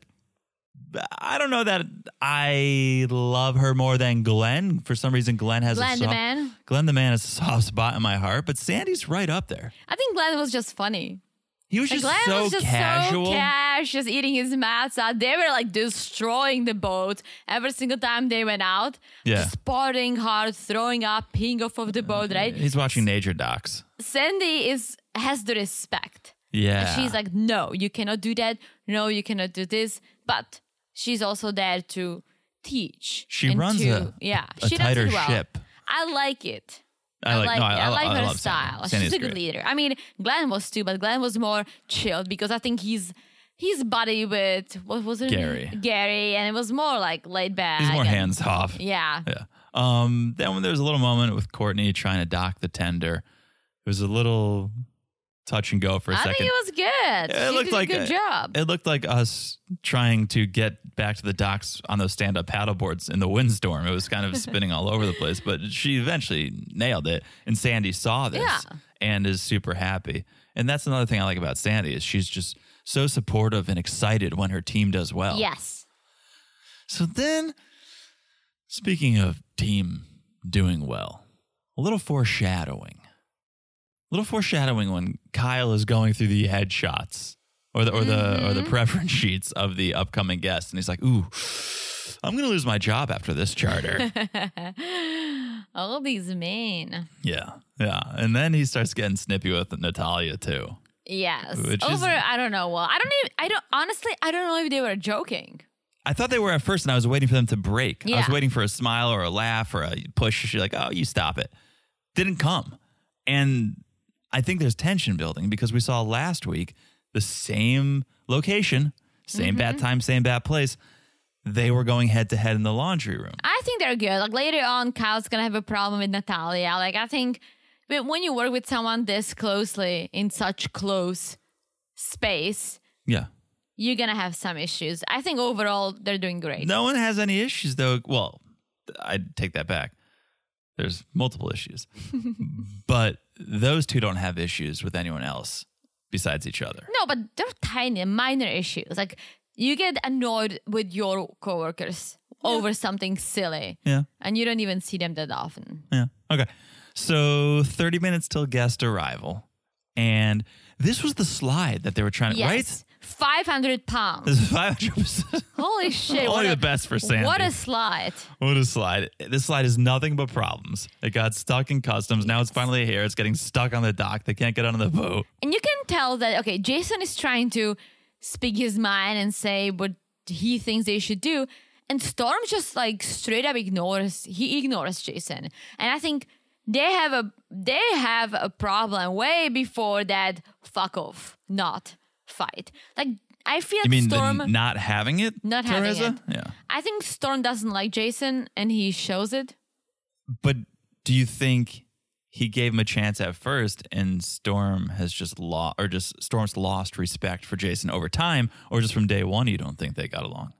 S4: i don't know that i love her more than glenn for some reason glenn has
S5: Glenn
S4: a
S5: the
S4: soft,
S5: man.
S4: glenn the man has a soft spot in my heart but sandy's right up there
S5: I think Glenn was just funny.
S4: he was
S5: Like,
S4: just
S5: Glenn
S4: so
S5: was just
S4: casual
S5: so cash, just eating his matzah. They were like destroying the boat every single time they went out.
S4: Yeah.
S5: Just partying hard, throwing up, peeing off of the boat, right?
S4: he's watching nature docs
S5: Sandy is has the respect. And
S4: yeah
S5: she's like, no, you cannot do that. No, you cannot do this. But she's also there to teach.
S4: She
S5: and
S4: runs
S5: to,
S4: a-
S5: yeah,
S4: a
S5: she does
S4: tighter
S5: it well.
S4: ship.
S5: I like it.
S4: I like- no,
S5: it.
S4: I- I- I
S5: her
S4: love Sandy.
S5: style.
S4: Sandy's
S5: She's a good
S4: great.
S5: leader. I mean, Glenn was too, but Glenn was more chilled because I think he's he's buddy with what was it?
S4: Gary.
S5: Gary, and it was more like laid back.
S4: he's more
S5: and-
S4: hands off
S5: Yeah.
S4: Yeah. Um, then when there was a little moment with Courtney trying to dock the tender, it was a little touch and go for a
S5: I
S4: second.
S5: think it was good.
S4: It
S5: she
S4: looked
S5: did
S4: like
S5: a good
S4: a-
S5: job.
S4: It looked like us trying to get back to the docks on those stand up paddle boards in the windstorm. It was kind of spinning all over the place, but she eventually nailed it. And Sandy saw this
S5: Yeah.
S4: and is super happy. And that's another thing I like about Sandy is she's just so supportive and excited when her team does well.
S5: Yes.
S4: So then, speaking of team doing well, a little foreshadowing. A little foreshadowing when Kyle is going through the headshots or the or the or the preference sheets of the upcoming guests, and he's like, "Ooh, I'm gonna lose my job after this charter."
S5: All these men.
S4: yeah, yeah. And then he starts getting snippy with Natalia too.
S5: Yes.
S4: Which is-
S5: Over I don't know. Well, I don't even I don't honestly I don't know if they were joking.
S4: I thought they were at first, and I was waiting for them to break. I was
S5: Yeah.
S4: waiting for a smile or a laugh or a push. She's like, "Oh, you stop it." Didn't come, and I think there's tension building because we saw last week the same location, same bad time, same bad place. They were going head to head in the laundry room.
S5: I think they're good. Like later on, Kyle's gonna have a problem with Natalia. Like I think when when you work with someone this closely in such close space,
S4: Yeah,
S5: you're gonna have some issues. I think overall they're doing great.
S4: no one has any issues though. Well, I take that back. There's multiple issues, but those two don't have issues with anyone else besides each other.
S5: No, but they're tiny, minor issues. Like you get annoyed with your coworkers over something silly,
S4: Yeah.
S5: and you don't even see them that often.
S4: Yeah. Okay. So 30 minutes till guest arrival. And this was the slide that they were trying to,
S5: Yes, five hundred pounds.
S4: right? This is 500%.
S5: Holy shit.
S4: Only
S5: what
S4: the
S5: a,
S4: best for Sandy.
S5: What a slide.
S4: what a slide. This slide is nothing but problems. It got stuck in customs. Now it's finally here. It's getting stuck on the dock. They can't get on the boat.
S5: And you can tell that, okay, Jason is trying to speak his mind and say what he thinks they should do. And Storm just like straight up ignores, he ignores Jason. And I think they have a they have a problem way before that fuck off, not fight. Like I feel
S4: You mean the
S5: Storm
S4: n- not having it?
S5: Not having
S4: Teresa?
S5: it.
S4: Yeah.
S5: I think Storm doesn't like Jason and he shows it.
S4: But Do you think he gave him a chance at first and Storm has just lost, or just Storm's lost respect for Jason over time, or just from day one, you don't think they got along?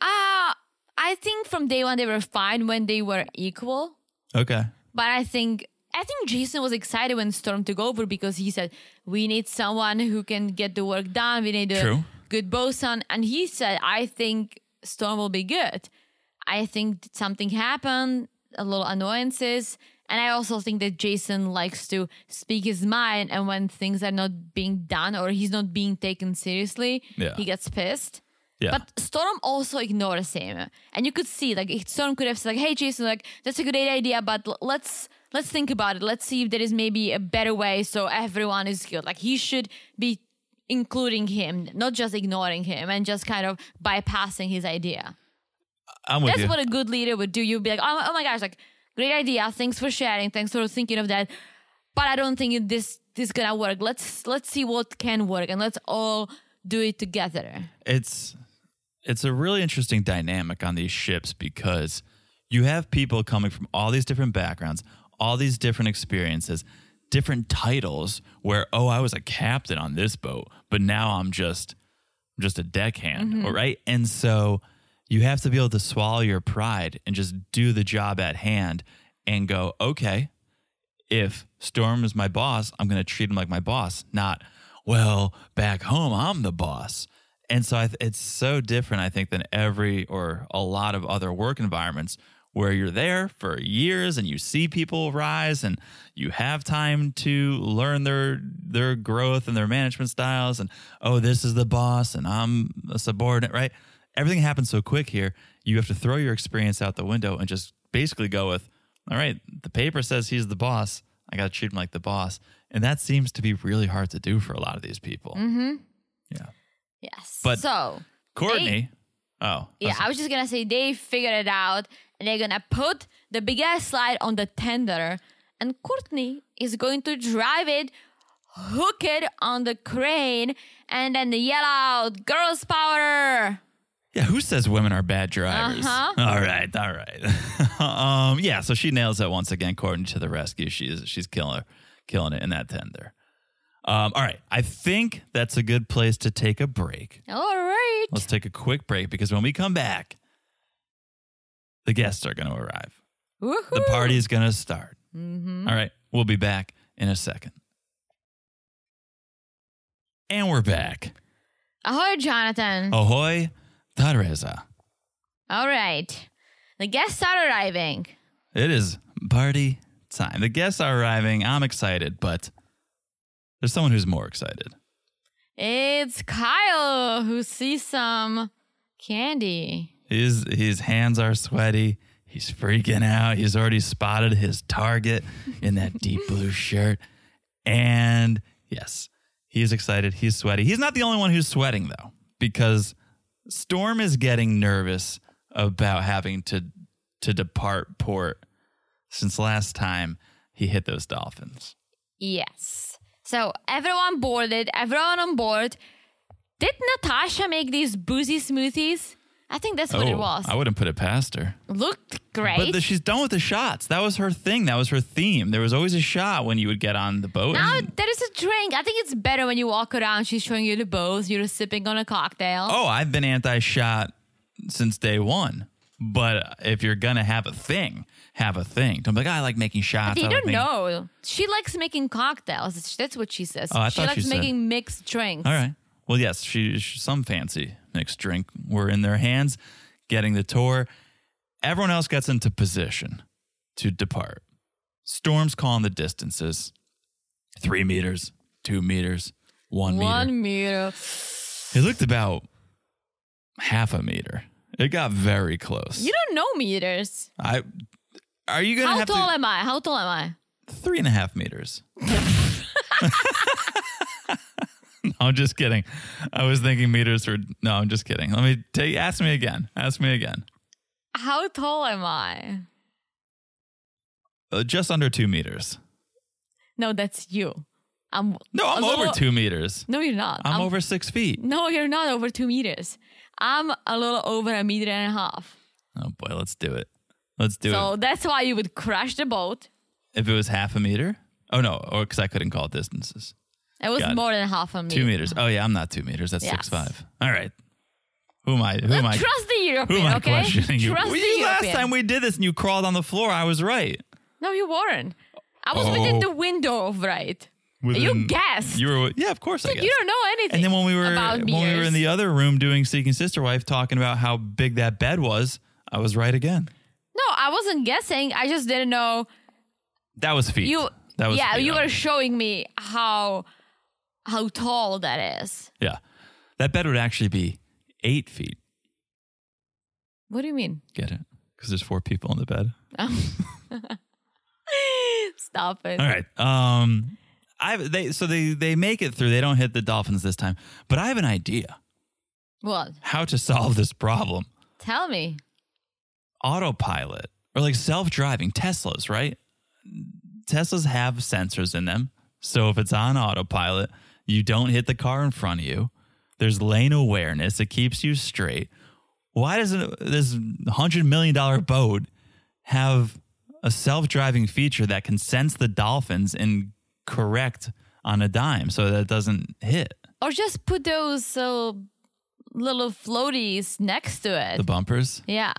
S5: Uh, I think from day one they were fine when they were equal.
S4: Okay.
S5: But I think I think Jason was excited when Storm took over because he said, We need someone who can get the work done. We need a
S4: True.
S5: good boson. And he said, I think Storm will be good. I think that something happened, a little annoyances. And I also think that Jason likes to speak his mind. And when things are not being done or he's not being taken seriously,
S4: Yeah.
S5: he gets pissed.
S4: Yeah.
S5: But Storm also ignores him, and you could see like if Storm could have said like, "Hey Jason, like that's a great idea, but l- let's let's think about it. Let's see if there is maybe a better way so everyone is good. Like he should be including him, not just ignoring him and just kind of bypassing his idea.
S4: I'm with
S5: that's
S4: you.
S5: what a good leader would do. You'd be like, oh, oh my gosh, like great idea. Thanks for sharing. Thanks for thinking of that. But I don't think it- this this is gonna work. Let's let's see what can work, and let's all do it together."
S4: it's it's a really interesting dynamic on these ships because you have people coming from all these different backgrounds, all these different experiences, different titles where oh, I was a captain on this boat, but now I'm just I'm just a deckhand,
S5: Mm-hmm.
S4: all right? And so you have to be able to swallow your pride and just do the job at hand and go, "Okay, if Storm is my boss, I'm going to treat him like my boss, not, well, back home, I'm the boss. And so I th- it's so different, I think, than every or a lot of other work environments where you're there for years and you see people rise and you have time to learn their their growth and their management styles and oh this is the boss and I'm a subordinate right everything happens so quick here you have to throw your experience out the window and just basically go with all right, the paper says he's the boss. I got to treat him like the boss. And that seems to be really hard to do for a lot of these people.
S5: Mm-hmm.
S4: Yeah.
S5: Yes.
S4: But-
S5: so
S4: Courtney. oh.
S5: yeah, I was just gonna say they figured it out and they're gonna put the big ass slide on the tender and Courtney is going to drive it, hook it on the crane, and then yell out, Girls power!
S4: Yeah, who says women are bad drivers?
S5: Uh-huh.
S4: All right, all right. um, yeah, so she nails it once again. Courtney to the rescue. She is she's killing her, killing it in that tender. Um, all right, I think that's a good place to take a break.
S5: All right.
S4: Let's take a quick break because when we come back, the guests are going to arrive. The
S5: Woohoo.
S4: party is going to start. All right. We'll be back in a second. And we're back.
S5: Ahoy, Jonathan.
S4: Oh. Ahoy, Teresa.
S5: All right. The guests are arriving.
S4: It is party time. The guests are arriving. I'm excited, but there's someone who's more excited.
S5: It's Kyle who sees some candy.
S4: His, his hands are sweaty. He's freaking out. He's already spotted his target in that deep blue shirt. And yes, he's excited. He's sweaty. He's not the only one who's sweating, though, because Storm is getting nervous about having to to depart port since last time he hit those dolphins.
S5: Yes. So everyone boarded, everyone on board. Did Natasha make these boozy smoothies? I think that's what it was.
S4: Oh, I wouldn't put it past her.
S5: Looked great.
S4: But the, she's done with the shots. That was her thing. That was her theme. There was always a shot when you would get on the boat.
S5: now
S4: and-
S5: there is a drink. I think it's better when you walk around. She's showing you the bows. You're sipping on a cocktail.
S4: oh, I've been anti shot since day one. But if you're gonna have a thing, have a thing. Don't be like, "Oh, I like making shots.
S5: they
S4: I like
S5: don't
S4: making-"
S5: know. She likes making cocktails. That's what she says.
S4: Oh, I
S5: she
S4: thought
S5: likes
S4: she said-
S5: making mixed drinks.
S4: All right. Well, yes, she, she some fancy mixed drink were in their hands, getting the tour. Everyone else gets into position to depart. Storm's calling the distances: three meters, two meters, one, meter.
S5: One meter.
S4: It looked about half a meter. It got very close.
S5: You don't know meters.
S4: I are you gonna
S5: How
S4: have to-
S5: tall am I? How tall am I?
S4: three and a half meters. no, I'm just kidding. I was thinking meters were no. I'm just kidding. Let me take. Ask me again. Ask me again.
S5: How tall am I?
S4: Uh, just under two meters.
S5: No, that's you. I'm
S4: No, I'm
S5: a
S4: over
S5: little-
S4: two meters.
S5: No, you're not.
S4: I'm, over six feet.
S5: No, you're not over two meters. I'm a little over a meter and a half.
S4: Oh boy, let's do it. Let's do
S5: So
S4: it.
S5: that's why you would crash the boat.
S4: If it was half a meter? Oh, no. Or because I couldn't call distances.
S5: It was
S4: Got it.
S5: more than half a meter.
S4: Two meters. Oh, yeah. I'm not two meters. That's
S5: Yes.
S4: six five. All right. Who am I? Who am I?
S5: Trust the
S4: who
S5: European,
S4: am I
S5: okay?
S4: questioning you?
S5: Trust
S4: Well,
S5: the
S4: you last
S5: European.
S4: time we did this and you crawled on the floor, I was right.
S5: no, you weren't. I was within
S4: Oh.
S5: the window of right.
S4: Within-
S5: guessed.
S4: You were, yeah, of course I guessed.
S5: You don't know anything.
S4: And then when we were
S5: about
S4: when we were
S5: beers.
S4: in the other room doing Seeking Sister Wife, talking about how big that bed was, I was right again.
S5: no, I wasn't guessing. I just didn't know
S4: That was feet.
S5: you.
S4: that was
S5: yeah,
S4: feet,
S5: you
S4: I
S5: were
S4: think.
S5: showing me how how tall that is.
S4: yeah, that bed would actually be eight feet.
S5: What do you mean?
S4: Get it? Because there's four people in the bed.
S5: Stop it.
S4: All right. Um, I they so they they make it through. They don't hit the dolphins this time. But I have an idea
S5: What?
S4: how to solve this problem.
S5: Tell me.
S4: autopilot or like self driving Teslas, right? Teslas have sensors in them. So if it's on autopilot, you don't hit the car in front of you. There's lane awareness, it keeps you straight. Why doesn't this $100 million boat have a self driving feature that can sense the dolphins and correct on a dime so that it doesn't hit
S5: Or just put those uh, little floaties next to it.
S4: the bumpers?
S5: yeah.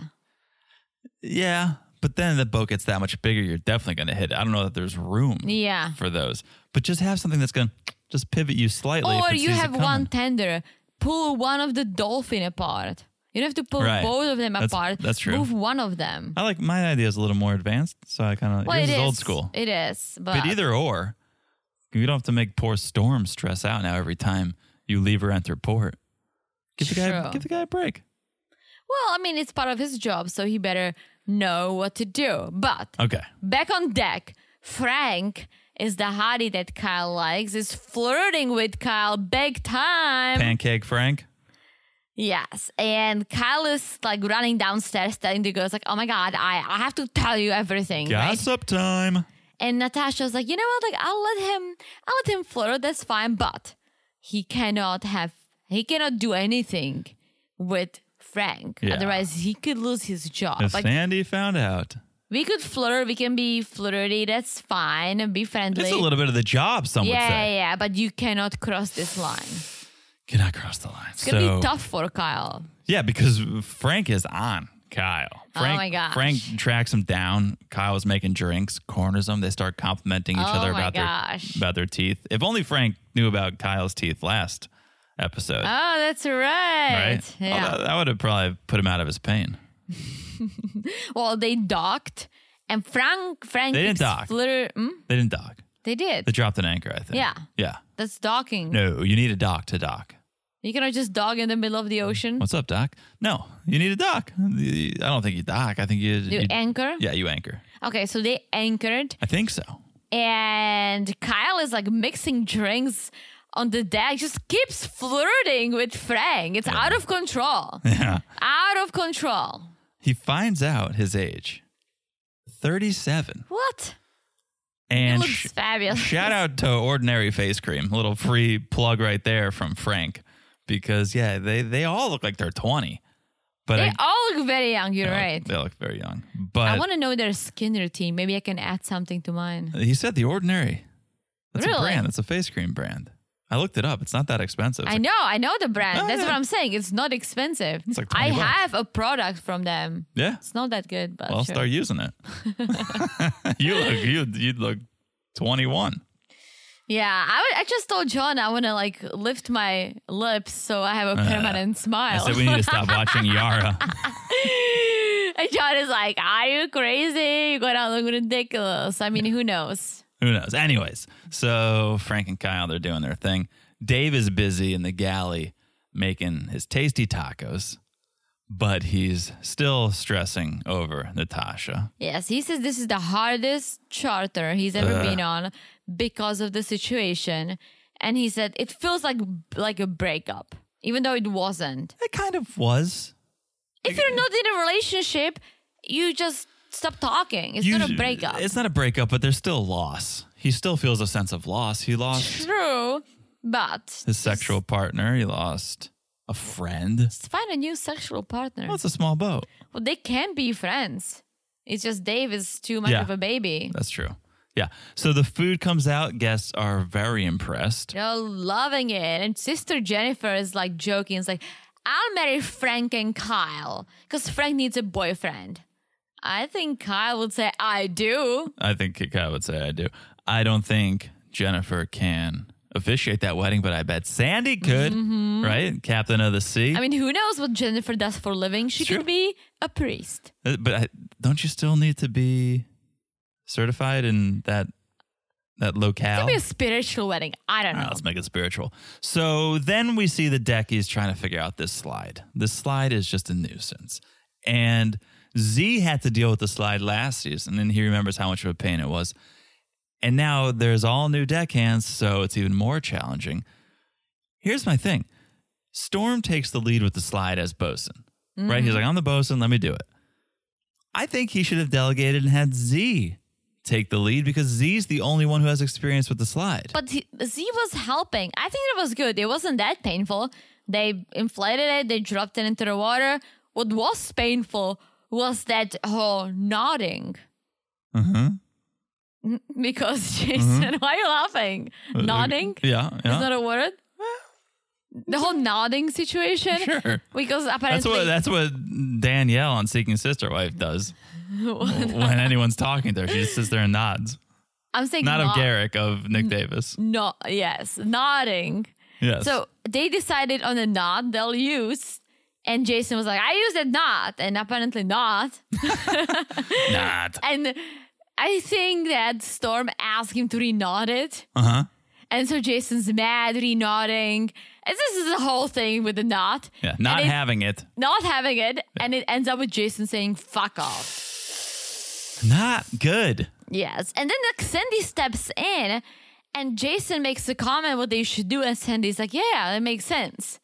S4: Yeah, but then the boat gets that much bigger. You're definitely going to hit it. I don't know that there's room.
S5: Yeah.
S4: for those. But just have something that's going to just pivot you slightly. if
S5: Or
S4: it
S5: you
S4: sees it
S5: have
S4: coming.
S5: one tender. Pull one of the dolphin apart. You don't have to pull
S4: Right.
S5: both of them
S4: That's-
S5: apart.
S4: that's true.
S5: Move one of them.
S4: I like my idea is a little more advanced, so I kind of
S5: Well,
S4: yours
S5: it
S4: is
S5: is
S4: old school.
S5: It is, but,
S4: But either or, you don't have to make poor Storm stress out now every time you leave or enter port. Give the guy,
S5: True.
S4: give the guy a break.
S5: Well, I mean, it's part of his job, so he better know what to do. But
S4: Okay,
S5: back on deck, Frank is the hottie that Kyle likes. Is flirting with Kyle big time.
S4: pancake Frank.
S5: Yes. And Kyle is like running downstairs telling the girls like, oh my God, I, I have to tell you everything. Right?
S4: Gossip time.
S5: And Natasha's like, you know what? Like I'll let him I'll let him flirt, that's fine, but he cannot have he cannot do anything with Frank.
S4: Yeah.
S5: Otherwise he could lose his job.
S4: If
S5: like
S4: Sandy found out,
S5: we could flirt, we can be flirty, that's fine, and be friendly.
S4: it's a little bit of the job. Some
S5: yeah,
S4: would say.
S5: yeah, yeah, but you cannot cross this line.
S4: Get across the line.
S5: It's gonna
S4: so,
S5: be tough for Kyle.
S4: Yeah, because Frank is on Kyle.
S5: Oh
S4: Frank,
S5: my gosh.
S4: Frank tracks him down. Kyle's making drinks, corners him. They start complimenting each
S5: Oh
S4: other
S5: my
S4: about
S5: gosh.
S4: their about their teeth. If only Frank knew about Kyle's teeth last episode,
S5: Oh, that's right.
S4: right?
S5: Yeah.
S4: Although that would have probably put him out of his pain.
S5: Well, they docked, and Frank Frank
S4: They didn't
S5: keeps
S4: dock.
S5: flitter- mm,
S4: They didn't dock.
S5: they did.
S4: They dropped an anchor, I think.
S5: Yeah.
S4: Yeah.
S5: That's docking.
S4: No, you need a dock to dock.
S5: You cannot just dog in the middle of the ocean.
S4: Oh, What's up, dock? No, you need a dock. I don't think you dock. I think you.
S5: You
S4: you-
S5: anchor.
S4: yeah, you anchor.
S5: Okay, so they anchored,
S4: I think so.
S5: and Kyle is like mixing drinks on the deck. Just keeps flirting with Frank. It's out of control.
S4: Yeah.
S5: out of control.
S4: He finds out his age, thirty-seven.
S5: What?
S4: And
S5: looks fabulous.
S4: Shout out to Ordinary Face Cream, little free plug right there from Frank, because yeah, they they all look like they're twenty, but
S5: They
S4: I,
S5: all look very young. You're
S4: they look-
S5: right.
S4: they look very young. But
S5: I want to know their skin routine. Maybe I can add something to mine.
S4: he said the Ordinary. That's a
S5: Really?
S4: brand. That's a face cream brand. I looked it up. It's not that expensive. It's
S5: I
S4: like-
S5: know, I know the brand.
S4: Oh,
S5: That's
S4: yeah.
S5: what I'm saying. It's not expensive.
S4: It's like
S5: I
S4: 20 bucks.
S5: have a product from them.
S4: yeah.
S5: It's not that good, but
S4: Well, I'll
S5: sure.
S4: start using it. you look you you look twenty one.
S5: yeah, I, would, I just told John I want to like lift my lips so I have a permanent
S4: Uh, I
S5: smile.
S4: said we need to stop watching Yara.
S5: and John is like, "Are you crazy? You're gonna look ridiculous." I mean, who knows?
S4: Who knows? Anyways, so Frank and Kyle, they're doing their thing. Dave is busy in the galley making his tasty tacos, but he's still stressing over Natasha.
S5: Yes, he says this is the hardest charter he's ever been
S4: Uh.
S5: on because of the situation, and he said it feels like like a breakup, even though it wasn't.
S4: It kind of was.
S5: if you're not in a relationship, you just stop talking. It's not a breakup.
S4: It's not a breakup, but there's still loss. He still feels a sense of loss. He lost
S5: true, but
S4: his sexual partner, he lost a friend.
S5: just find a new sexual partner.
S4: Well, it's a small boat.
S5: Well, they can be friends. It's just Dave is too much
S4: Yeah.
S5: of a baby.
S4: That's true. Yeah. So the food comes out. Guests are very impressed.
S5: They're loving it. And sister Jennifer is like joking. It's like, I'll marry Frank and Kyle because Frank needs a boyfriend. I think Kyle would say, I do.
S4: I think Kit Kat would say I do. I don't think Jennifer can officiate that wedding, but I bet Sandy could, right? Captain of the sea.
S5: Mm-hmm. I mean, who knows what Jennifer does for a living? She
S4: Sure.
S5: could be a priest.
S4: Uh, but I, don't you still need to be certified in that that locale?
S5: Could be a spiritual wedding. I don't
S4: All right,
S5: know.
S4: let's make it spiritual. So then we see the deckies trying to figure out this slide. This slide is just a nuisance. And Z had to deal with the slide last season, and he remembers how much of a pain it was. And now there's all new deckhands, so it's even more challenging. Here's my thing Storm takes the lead with the slide as bosun, right? He's like, I'm the bosun, let me do it. I think he should have delegated and had Z take the lead because Z's the only one who has experience with the slide.
S5: But he, Z was helping. I think it was good. It wasn't that painful. They inflated it, they dropped it into the water. What was painful was that whole nodding.
S4: uh-huh.
S5: Because Jason, why are you laughing? Nodding?
S4: Mm-hmm. Uh, Yeah, yeah.
S5: Is that a word? The whole nodding situation.
S4: Sure.
S5: Because
S4: that's
S5: apparently
S4: what that's what Danielle on Seeking Sister Wife does. when anyone's talking to her, she just sits there and nods.
S5: I'm saying
S4: Not of
S5: nod-
S4: Garrick, of Nick Davis.
S5: No, yes, nodding.
S4: Yes.
S5: So they decided on a nod they'll use, and Jason was like, "I used a nod," and apparently not.
S4: nod.
S5: And I think that Storm asked him to re-nod it.
S4: Uh huh.
S5: And so Jason's mad, re-nodding. And this is the whole thing with the nod.
S4: Yeah. Not
S5: And it-
S4: having it.
S5: Not having it. And it ends up with Jason saying, fuck off.
S4: Not good.
S5: Yes. And then like, Cindy steps in and Jason makes a comment what they should do. And Cindy's like, yeah, that makes sense.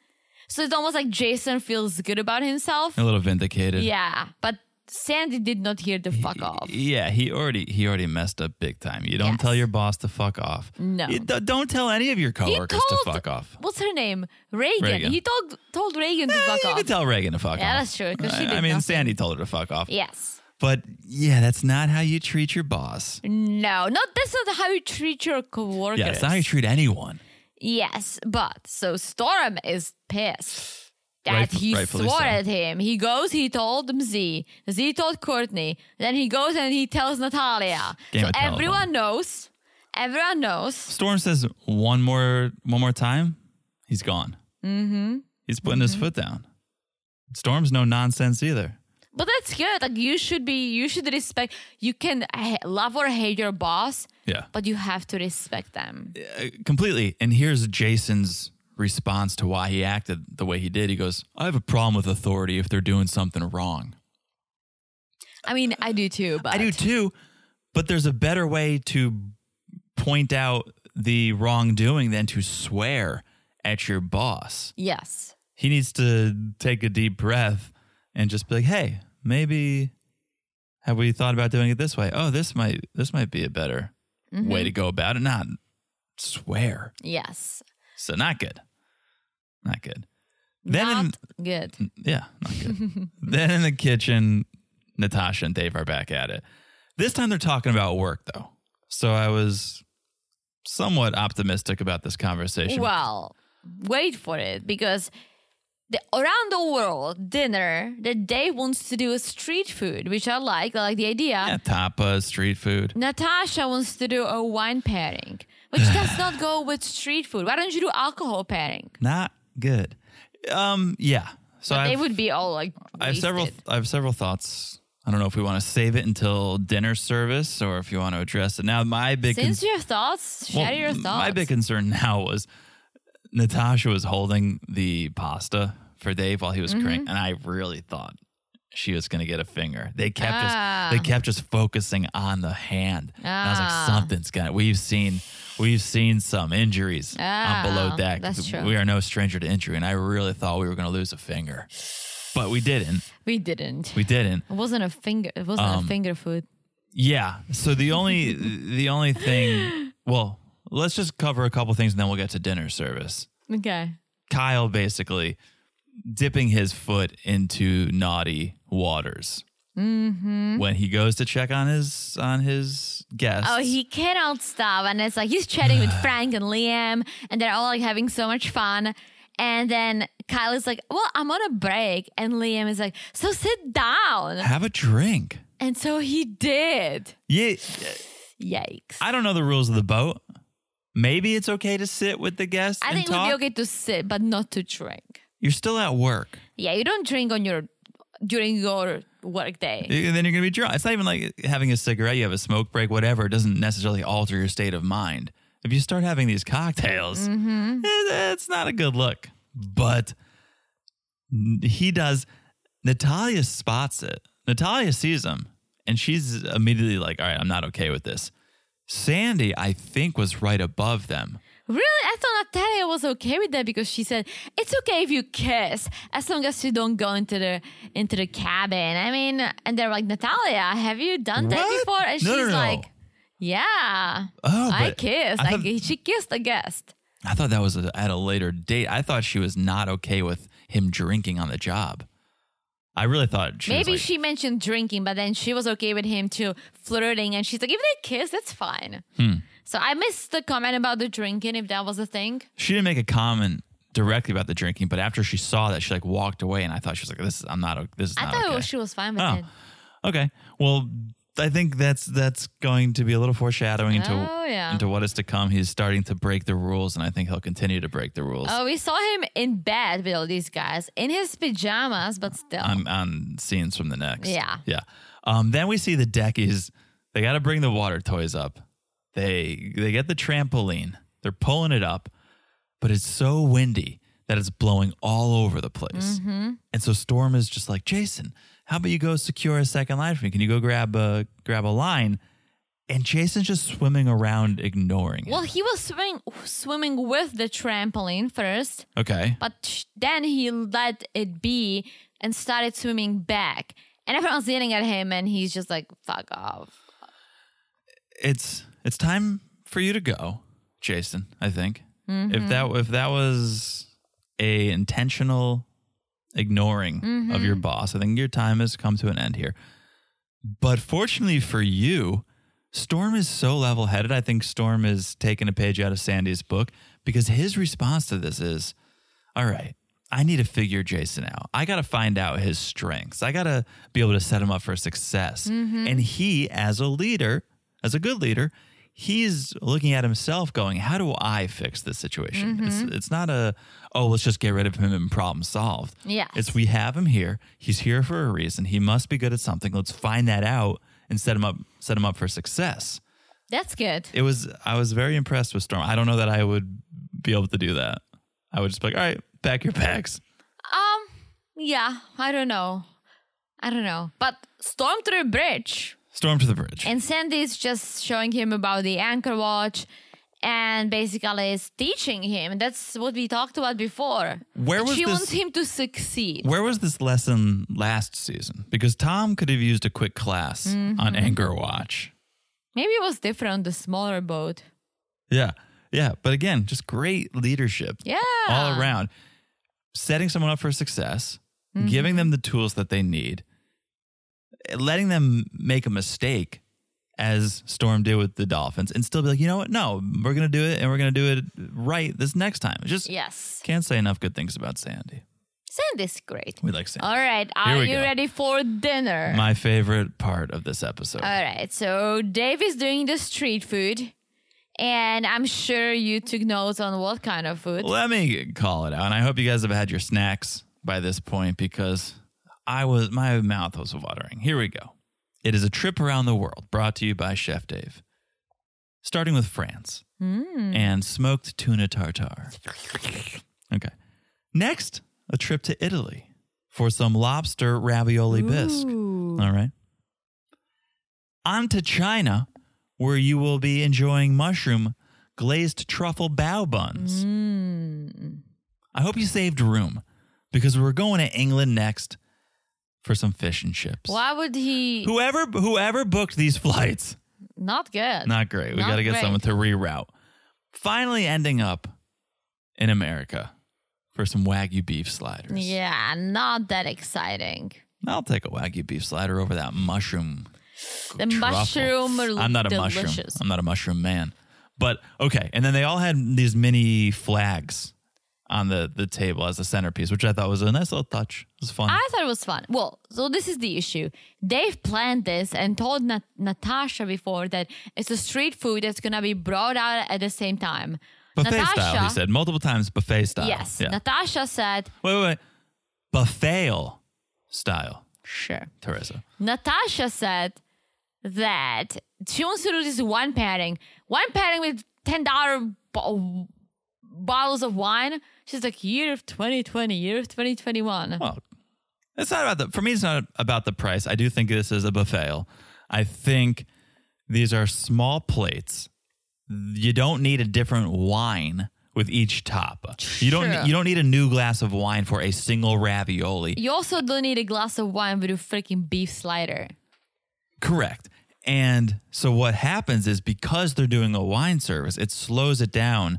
S5: So it's almost like Jason feels good about himself.
S4: A little vindicated.
S5: Yeah. But Sandy did not hear the fuck off.
S4: Yeah, he already he already messed up big time. You don't
S5: Yes.
S4: tell your boss to fuck off.
S5: No.
S4: You don't- don't tell any of your
S5: He
S4: coworkers to fuck off.
S5: What's her name? Reagan.
S4: Reagan.
S5: He told told Reagan to
S4: Eh,
S5: fuck
S4: you
S5: off.
S4: can tell Reagan to fuck
S5: Yeah,
S4: off.
S5: that's true, 'cause she
S4: I- I
S5: did
S4: mean,
S5: nothing.
S4: Sandy told her to fuck off.
S5: yes.
S4: But yeah, that's not how you treat your boss.
S5: No, not that's not how you treat your coworkers.
S4: Yeah, it's not how you treat anyone.
S5: Yes, but so Storm is pissed that
S4: Rightf-
S5: he
S4: rightfully
S5: swore
S4: so.
S5: at him. He goes, he told Z, Z told Courtney, then he goes and he tells Natalia.
S4: Game
S5: so
S4: of telephone.
S5: everyone knows. Everyone knows.
S4: Storm says one more one more time, he's gone. Mm-hmm. He's putting his foot down. Storm's no nonsense either.
S5: But that's good. Like you should be, you should respect. You can ha- love or hate your boss,
S4: Yeah,
S5: but you have to respect them.
S4: Uh, completely. And here's Jason's response to why he acted the way he did. He goes, "I have a problem with authority if they're doing something wrong."
S5: I mean, I do too. But
S4: I do too, but there's a better way to point out the wrongdoing than to swear at your boss.
S5: Yes.
S4: he needs to take a deep breath and just be like, "Hey, maybe have we thought about doing it this way? Oh, this might this might be a better
S5: Mm-hmm.
S4: way to go about it. Not swear,
S5: Yes.
S4: so not good, not good." Then, in- Mm,
S5: Not good.
S4: yeah, not good. then in the kitchen, Natasha and Dave are back at it. This time they're talking about work though, so I was somewhat optimistic about this conversation.
S5: Well, wait for it because the around the world dinner that Dave wants to do is street food, which I like. I like the idea.
S4: yeah, tapas, street food.
S5: Natasha wants to do a wine pairing, which does not go with street food. Why don't you do alcohol pairing?
S4: not good. Um, yeah. So
S5: They
S4: I've,
S5: would be all like.
S4: I have several.
S5: wasted.
S4: I have several thoughts. I don't know if we want to save it until dinner service or if you want to address it now. My big
S5: Since your thoughts, share
S4: well,
S5: your thoughts.
S4: My big concern now was Natasha was holding the pasta for Dave while he was
S5: Mm-hmm.
S4: crank, and I really thought she was going to get a finger. They kept
S5: Ah.
S4: just they kept just focusing on the hand. And I was
S5: Ah.
S4: like, something's gonna. We've seen we've seen some injuries
S5: Ah,
S4: on below deck.
S5: that's true.
S4: We are no stranger to injury, and I really thought we were going to lose a finger, but we didn't.
S5: we didn't.
S4: We didn't.
S5: it wasn't a finger. It wasn't
S4: Um,
S5: a finger food.
S4: Yeah. So the only the only thing. Well, let's just cover a couple things, and then we'll get to dinner service.
S5: Okay.
S4: Kyle basically dipping his foot into naughty waters. when he goes to check on his on his guests.
S5: Mm-hmm. Oh, he cannot stop. And it's like he's chatting with Frank and Liam, and they're all like having so much fun. And then Kyle is like, Well, I'm on a break. And Liam is like, So sit down.
S4: have a drink.
S5: And so he did.
S4: Yeah,
S5: Yikes. I,
S4: I don't know the rules of the boat. Maybe it's okay to sit with the guests and
S5: think it
S4: talk.
S5: would be okay to sit, but not to drink.
S4: You're still at work.
S5: Yeah, you don't drink on your during your work day.
S4: You- then you're going to be drunk. It's not even like having a cigarette. You have a smoke break, whatever. It doesn't necessarily alter your state of mind. If you start having these cocktails, it- it's not a good look. But n- he does. Natalia spots it. Natalia sees him, and she's immediately like, "All right, I'm not okay with this." Sandy, I think, was right above them.
S5: Really? I thought Natalia was okay with that because she said it's okay if you kiss as long as you don't go into the into the cabin. I mean, and they're like, Natalia, have you done that
S4: What?
S5: before? And
S4: No, no,
S5: she's
S4: no.
S5: like, Yeah,
S4: Oh,
S5: I
S4: but
S5: kissed.
S4: I
S5: I
S4: thought-
S5: ki- she kissed the guest.
S4: I thought that was a, at a later date. I thought she was not okay with him drinking on the job. I really thought she was
S5: Maybe
S4: like-
S5: she mentioned drinking, but then she was okay with him too flirting, and she's like, if they kiss, that's fine.
S4: Hmm.
S5: So I missed the comment about the drinking if that was a thing.
S4: she didn't make a comment directly about the drinking, but after she saw that, she like walked away, and I thought she was like, "This is I'm not o- this is
S5: I
S4: not
S5: thought
S4: Ah, okay."
S5: she was fine with
S4: Oh.
S5: it.
S4: okay, well, I think that's that's going to be a little foreshadowing into
S5: Oh, yeah.
S4: into what is to come. He's starting to break the rules, and I think he'll continue to break the rules.
S5: Oh, we saw him in bed with all these guys in his pajamas, but still.
S4: I'm on scenes from the next.
S5: Yeah.
S4: yeah. Um, then we see the deckies. They got to bring the water toys up. They they get the trampoline. They're pulling it up, but it's so windy that it's blowing all over the place.
S5: Mm-hmm.
S4: And so Storm is just like, Jason, how about you go secure a second line for me? Can you go grab a grab a line? And Jason's just swimming around, ignoring
S5: well,
S4: it.
S5: he was swimming swimming with the trampoline first,
S4: Okay.
S5: but sh- then he let it be and started swimming back. And everyone's yelling at him, and he's just like, "Fuck off."
S4: it's it's time for you to go, Jason. I think if that if that was a intentional ignoring of your boss, I think your time has come to an end here. But fortunately for you, Storm is so level headed. I think Storm is taking a page out of Sandy's book because his response to this is, "All right." I need to figure Jason out. I got to find out his strengths. I got to be able to set him up for success. And he, as a leader, as a good leader, he's looking at himself going, How do I fix this situation? It's, it's not a, oh, let's just get rid of him and problem solved.
S5: Yes.
S4: It's we have him here. He's here for a reason. He must be good at something. Let's find that out and set him up, set him up for success.
S5: That's good.
S4: It was, I was very impressed with Storm. I don't know that I would be able to do that. I would just be like, All right, pack your bags.
S5: Um, yeah, I don't know, I don't know, but storm through the bridge.
S4: Storm to the bridge.
S5: And Sandy's just showing him about the anchor watch and basically is teaching him. That's what we talked about before.
S4: Where
S5: That
S4: was
S5: she
S4: this-
S5: wants him to succeed.
S4: Where was this lesson last season? Because Tom could have used a quick class on Anger Watch.
S5: Maybe it was different on the smaller boat.
S4: Yeah. Yeah. But again, just great leadership
S5: Yeah.
S4: all around. Setting someone up for success,
S5: Mm-hmm.
S4: giving them the tools that they need, letting them make a mistake as Storm did with the Dolphins and still be like, you know what? No, we're going to do it and we're going to do it right this next time. It's Just
S5: Yes.
S4: can't say enough good things about Sandy.
S5: Sandy's great.
S4: We like Sandy.
S5: All right. Are
S4: we
S5: you
S4: go.
S5: ready for dinner?
S4: My favorite part of this episode.
S5: all right. So Dave is doing the street food. And I'm sure you took notes on what kind of food.
S4: Let me call it out. And I hope you guys have had your snacks by this point because I was my mouth was watering. Here we go. It is a trip around the world brought to you by Chef Dave. Starting with France and smoked tuna tartare. Okay. Next, a trip to Italy for some lobster ravioli bisque. All right. On to China, where you will be enjoying mushroom glazed truffle bao buns.
S5: Mm.
S4: I hope you saved room because we're going to England next for some fish and chips.
S5: Why would he?
S4: Whoever whoever booked these flights,
S5: Not good.
S4: not great. We
S5: Not
S4: got to get
S5: great.
S4: someone to reroute. Finally, ending up in America for some wagyu beef sliders.
S5: Yeah, not that exciting.
S4: I'll take a wagyu beef slider over that mushroom.
S5: The
S4: truffle.
S5: mushroom are
S4: I'm not a mushroom.
S5: delicious.
S4: I'm not a mushroom man. But okay, and then they all had these mini flags on the the table as a centerpiece, which I thought was a nice little touch. It was fun.
S5: I thought it was fun. Well, so this is the issue. They've planned this and told Nat- Natasha before that it's a street food that's gonna be brought out at the same time.
S4: buffet
S5: Natasha,
S4: style, he said multiple times. Buffet style.
S5: yes.
S4: Yeah.
S5: Natasha said,
S4: wait, wait, wait. Buffet style,
S5: sure.
S4: Teresa.
S5: Natasha said that she wants to do this one pairing, one pairing with ten dollar bo- bottles of wine. She's like year of 2020, year of 2021.
S4: Well, it's not about the. For me, it's not about the price. I do think this is a buffet. I think these are small plates. You don't need a different wine with each top.
S5: Sure.
S4: You don't. You don't need a new glass of wine for a single ravioli.
S5: You also don't need a glass of wine with a freaking beef slider.
S4: Correct. And so what happens is because they're doing a wine service, it slows it down.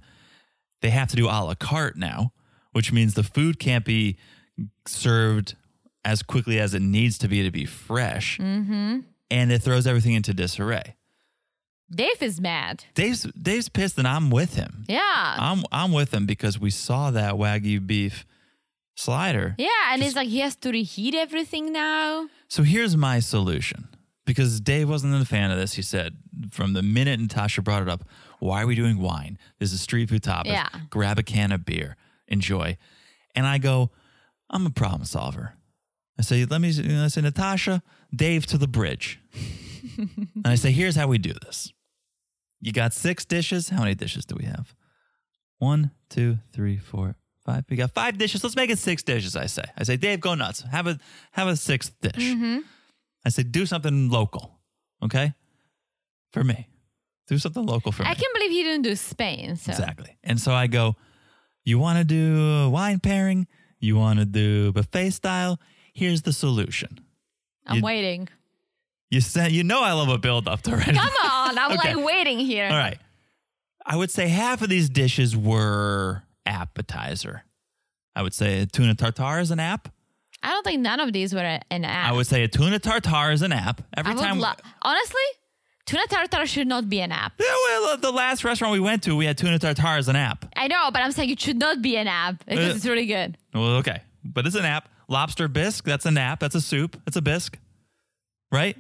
S4: They have to do a la carte now, which means the food can't be served as quickly as it needs to be to be fresh. Mm-hmm. And it throws everything into disarray.
S5: Dave is mad.
S4: Dave's Dave's pissed, and I'm with him.
S5: Yeah.
S4: I'm I'm with him because we saw that wagyu beef slider.
S5: yeah. And it's like he has to reheat everything now.
S4: So here's my solution because Dave wasn't a fan of this. He said, from the minute Natasha brought it up, why are we doing wine? This is street food topic.
S5: Yeah.
S4: Grab a can of beer, enjoy. And I go, I'm a problem solver. I say, let me I say, Natasha, Dave to the bridge. and I say, here's how we do this. You got six dishes. How many dishes do we have? One, two, three, four, five. We got five dishes. Let's make it six dishes. I say. I say, Dave, go nuts. Have a have a sixth dish.
S5: Mm-hmm.
S4: I say, do something local, okay? For me, do something local for
S5: I
S4: me.
S5: can't believe he didn't do Spain. So
S4: Exactly. And so I go, you want to do a wine pairing? You want to do buffet style? Here's the solution.
S5: I'm
S4: You-
S5: waiting.
S4: You said you know I love a build up to right.
S5: Come on. I'm
S4: Okay.
S5: like waiting here.
S4: All right. I would say half of these dishes were appetizer. I would say a tuna tartare is an app.
S5: I don't think none of these were a- an app.
S4: I would say a tuna tartare is an app. Every
S5: I would
S4: time
S5: lo- honestly, tuna tartare should not be an app.
S4: Yeah, well, the last restaurant we went to, we had tuna tartare as an app.
S5: I know, but I'm saying it should not be an app because
S4: Uh,
S5: it's really good.
S4: Well, okay, but it's an app. Lobster bisque, that's an app. That's a soup. That's a bisque, right?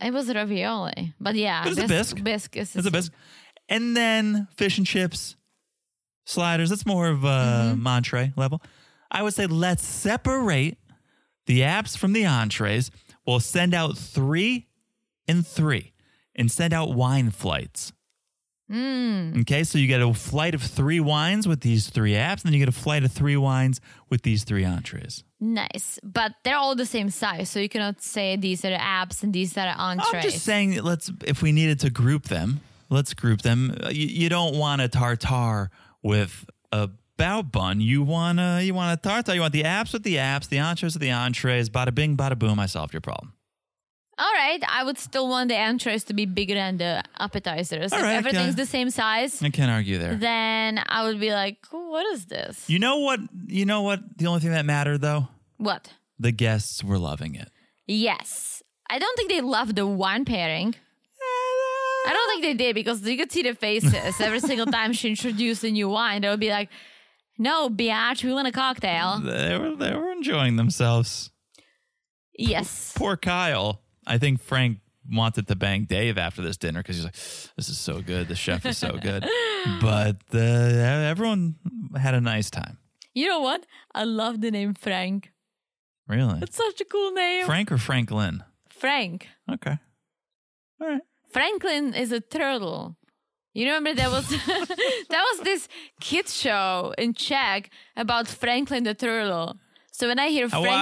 S5: It was ravioli, but yeah,
S4: But it's a bisque.
S5: Bisque is
S4: That's a bisque. And then fish and chips, sliders. That's more of a entree level. I would say let's separate the apps from the entrees. We'll send out three and three, and send out wine flights. Okay, so you get a flight of three wines with these three apps, and then you get a flight of three wines with these three entrees.
S5: nice, but they're all the same size, so you cannot say these are apps and these are entrees.
S4: I'm just saying, that let's if we needed to group them, let's group them. You, you don't want a tartar with a bao bun. You want a you want a tartar. You want the apps with the apps, the entrees with the entrees. Bada bing, bada boom. I solved your problem.
S5: All right, I would still want the entrees to be bigger than the appetizers.
S4: All
S5: if
S4: right, okay.
S5: everything's the same size,
S4: I can't argue there.
S5: then I would be like, what is this?
S4: you know what? You know what? The only thing that mattered though,
S5: What?
S4: the guests were loving it.
S5: Yes. I don't think they love the wine pairing. I don't think they did because you could see their faces every single time she introduced a new wine. They would be like, no, biatch, we want a cocktail.
S4: They were they were enjoying themselves.
S5: Yes.
S4: Poor Kyle. I think Frank wanted to bang Dave after this dinner because he's like, "This is so good. The chef is so good." But uh, everyone had a nice time.
S5: You know what? I love the name Frank.
S4: Really,
S5: It's such a cool name.
S4: Frank or Franklin?
S5: Frank.
S4: Okay, all right.
S5: Franklin is a turtle. You remember there was that was this kids show in Czech about Franklin the turtle. So when I hear
S4: Why,
S5: Franklin,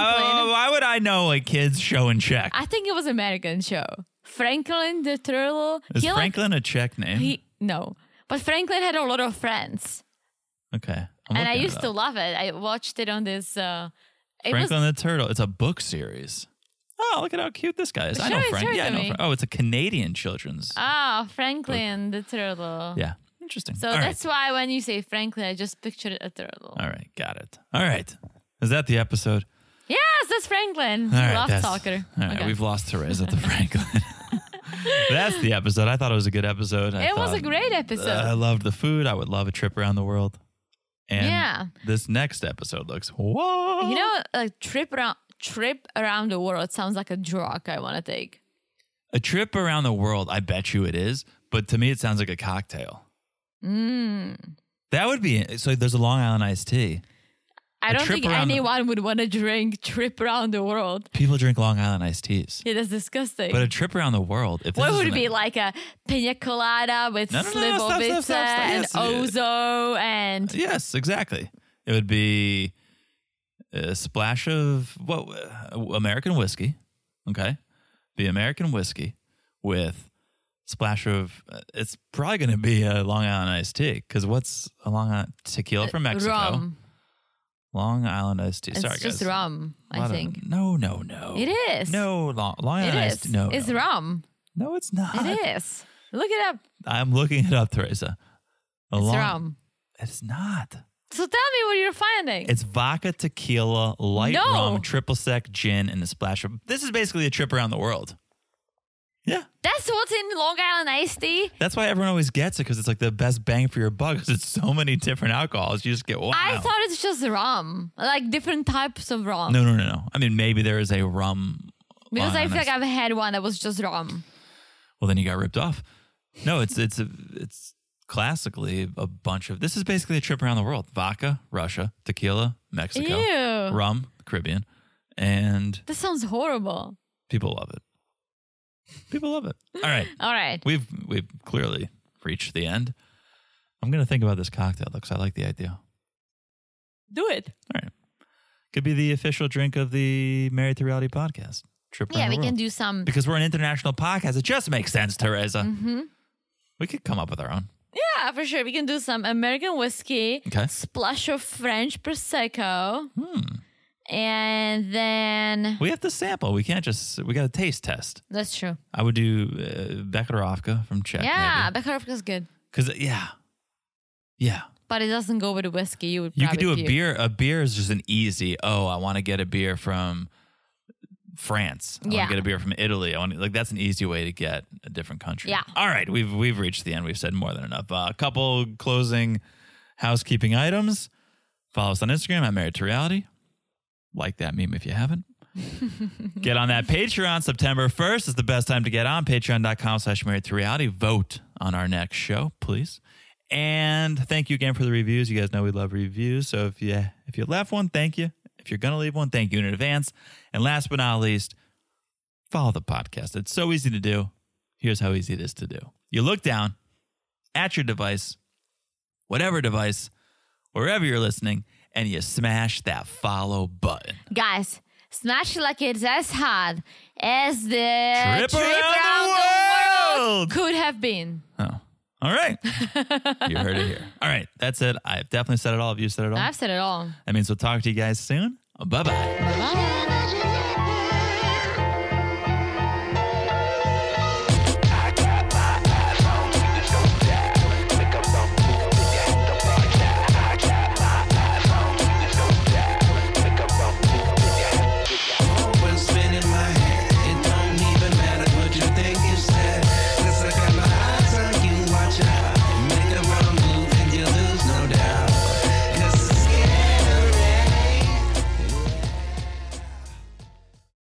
S4: why would I know a kid's show and check?
S5: I think it was American show. Franklin the turtle.
S4: Is
S5: he like-
S4: Franklin a Czech name?
S5: he no, but Franklin had a lot of friends,
S4: okay,
S5: and I used to love it. I watched it on this. Uh, it
S4: Franklin the Turtle. It's a book series. Oh, look at how cute this guy is. I know
S5: Sure,
S4: Frank.
S5: sure
S4: yeah, I
S5: to
S4: know
S5: me.
S4: Frank. Oh, it's a Canadian children's.
S5: was ah Franklin the turtle.
S4: yeah, interesting.
S5: So
S4: All right.
S5: that's why when you say Franklin, I just pictured a turtle.
S4: All right, got it. All right. Is that the episode?
S5: Yes, that's Franklin.
S4: All right,
S5: Love
S4: that's-
S5: stalker.
S4: All right,
S5: Okay.
S4: we've lost Teresa to Franklin. that's the episode. I thought it was a good episode. I
S5: It was a
S4: thought,
S5: great episode.
S4: I loved the food. I would love a trip around the world. And
S5: Yeah.
S4: this next episode looks whoa.
S5: you know, a trip around trip around the world sounds like a drug I want to take.
S4: a trip around the world. I bet you it is, but to me it sounds like a cocktail.
S5: Mm.
S4: That would be so. There's a Long Island iced tea.
S5: I
S4: A
S5: don't
S4: trip
S5: think
S4: around the-
S5: anyone would want to drink trip around the world.
S4: People drink Long Island iced teas,
S5: Yeah, that's disgusting.
S4: but a trip around the world. If
S5: what
S4: this
S5: would
S4: isn't
S5: be
S4: a-
S5: like a pina colada with
S4: No, no, no, no, stop, stop, stop,
S5: slivovitza and
S4: stop. Yes, Uh, yeah.
S5: ozo and
S4: Yes, exactly. It would be a splash of what uh, American whiskey. Okay, the American whiskey with splash of. uh, It's probably going to be a Long Island iced tea because what's a Long Island tequila from Mexico?
S5: Uh, rum.
S4: Long Island iced tea.
S5: It's
S4: Sorry,
S5: just
S4: guys.
S5: rum,
S4: A
S5: I
S4: lot of-
S5: think.
S4: no, no, no.
S5: It is.
S4: No, Long, Long
S5: It
S4: Island iced
S5: is.
S4: No,
S5: it's
S4: no.
S5: rum.
S4: No, it's not.
S5: It is. Look it up.
S4: I'm looking it up, Teresa. A
S5: It's
S4: Long-
S5: rum.
S4: It's not.
S5: So tell me what you're finding.
S4: It's vodka, tequila, light
S5: No.
S4: rum, triple sec, gin, and a splash of. This is basically a trip around the world. Yeah,
S5: That's what's in Long Island iced tea.
S4: that's why everyone always gets it because it's like the best bang for your buck. Because it's so many different alcohols, you just get wow.
S5: I thought it's just rum, like different types of rum.
S4: no, Oh, no, no, no. I mean, maybe there is a rum.
S5: because I
S4: line
S5: feel like
S4: that's-
S5: I've had one that was just rum.
S4: well, then you got ripped off. No, it's it's a, it's classically a bunch of. This is basically a trip around the world: vodka, Russia, tequila, Mexico,
S5: Ew.
S4: rum, Caribbean, and
S5: That sounds horrible.
S4: people love it. People love it. All right.
S5: All right.
S4: we've we've clearly reached the end. I'm gonna think about this cocktail though, because I like the idea.
S5: Do it.
S4: All right, could be the official drink of the Married to Reality podcast. Trip
S5: Yeah,
S4: around
S5: we
S4: the
S5: can
S4: world.
S5: do some.
S4: because we're an international podcast. It just makes sense, Teresa.
S5: hmm
S4: We could come up with our own.
S5: Yeah, for sure. We can do some American whiskey,
S4: Okay.
S5: splash of French prosecco,
S4: Hmm.
S5: and then
S4: We have to sample. We can't just. We got a taste test.
S5: that's true.
S4: I would do uh, Bekarovka from Czech.
S5: yeah, Bekarovka is good,
S4: Because yeah, yeah.
S5: but it doesn't go with the whiskey. You would.
S4: You could do a
S5: probably puke.
S4: beer. A beer is just an easy. Oh, I want to get a beer from France. I want
S5: Yeah.
S4: to get a beer from Italy. I want to, like that's an easy way to get a different country.
S5: Yeah.
S4: All right, we've we've reached the end. We've said more than enough. Uh, a couple closing housekeeping items. Follow us on Instagram at Married to Reality. Like that meme if you haven't. get on that Patreon September 1st is the best time to get on. Patreon.com slash married to reality. Vote on our next show, please. And thank you again for the reviews. You guys know we love reviews. So if you if you left one, thank you. If you're gonna leave one, thank you in advance. And last but not least, follow the podcast. It's so easy to do. Here's how easy it is to do. You look down at your device, whatever device, wherever you're listening, and you smash that follow button.
S5: Guys, smash it like it's as hard as the
S4: Trip around the world.
S5: could have been.
S4: Oh. All right. you heard it here. All right. That's it. I've definitely said it all. Have you said it all?
S5: I've said it all.
S4: That means we'll talk to you guys soon. Bye bye.
S5: Bye.
S6: Imagine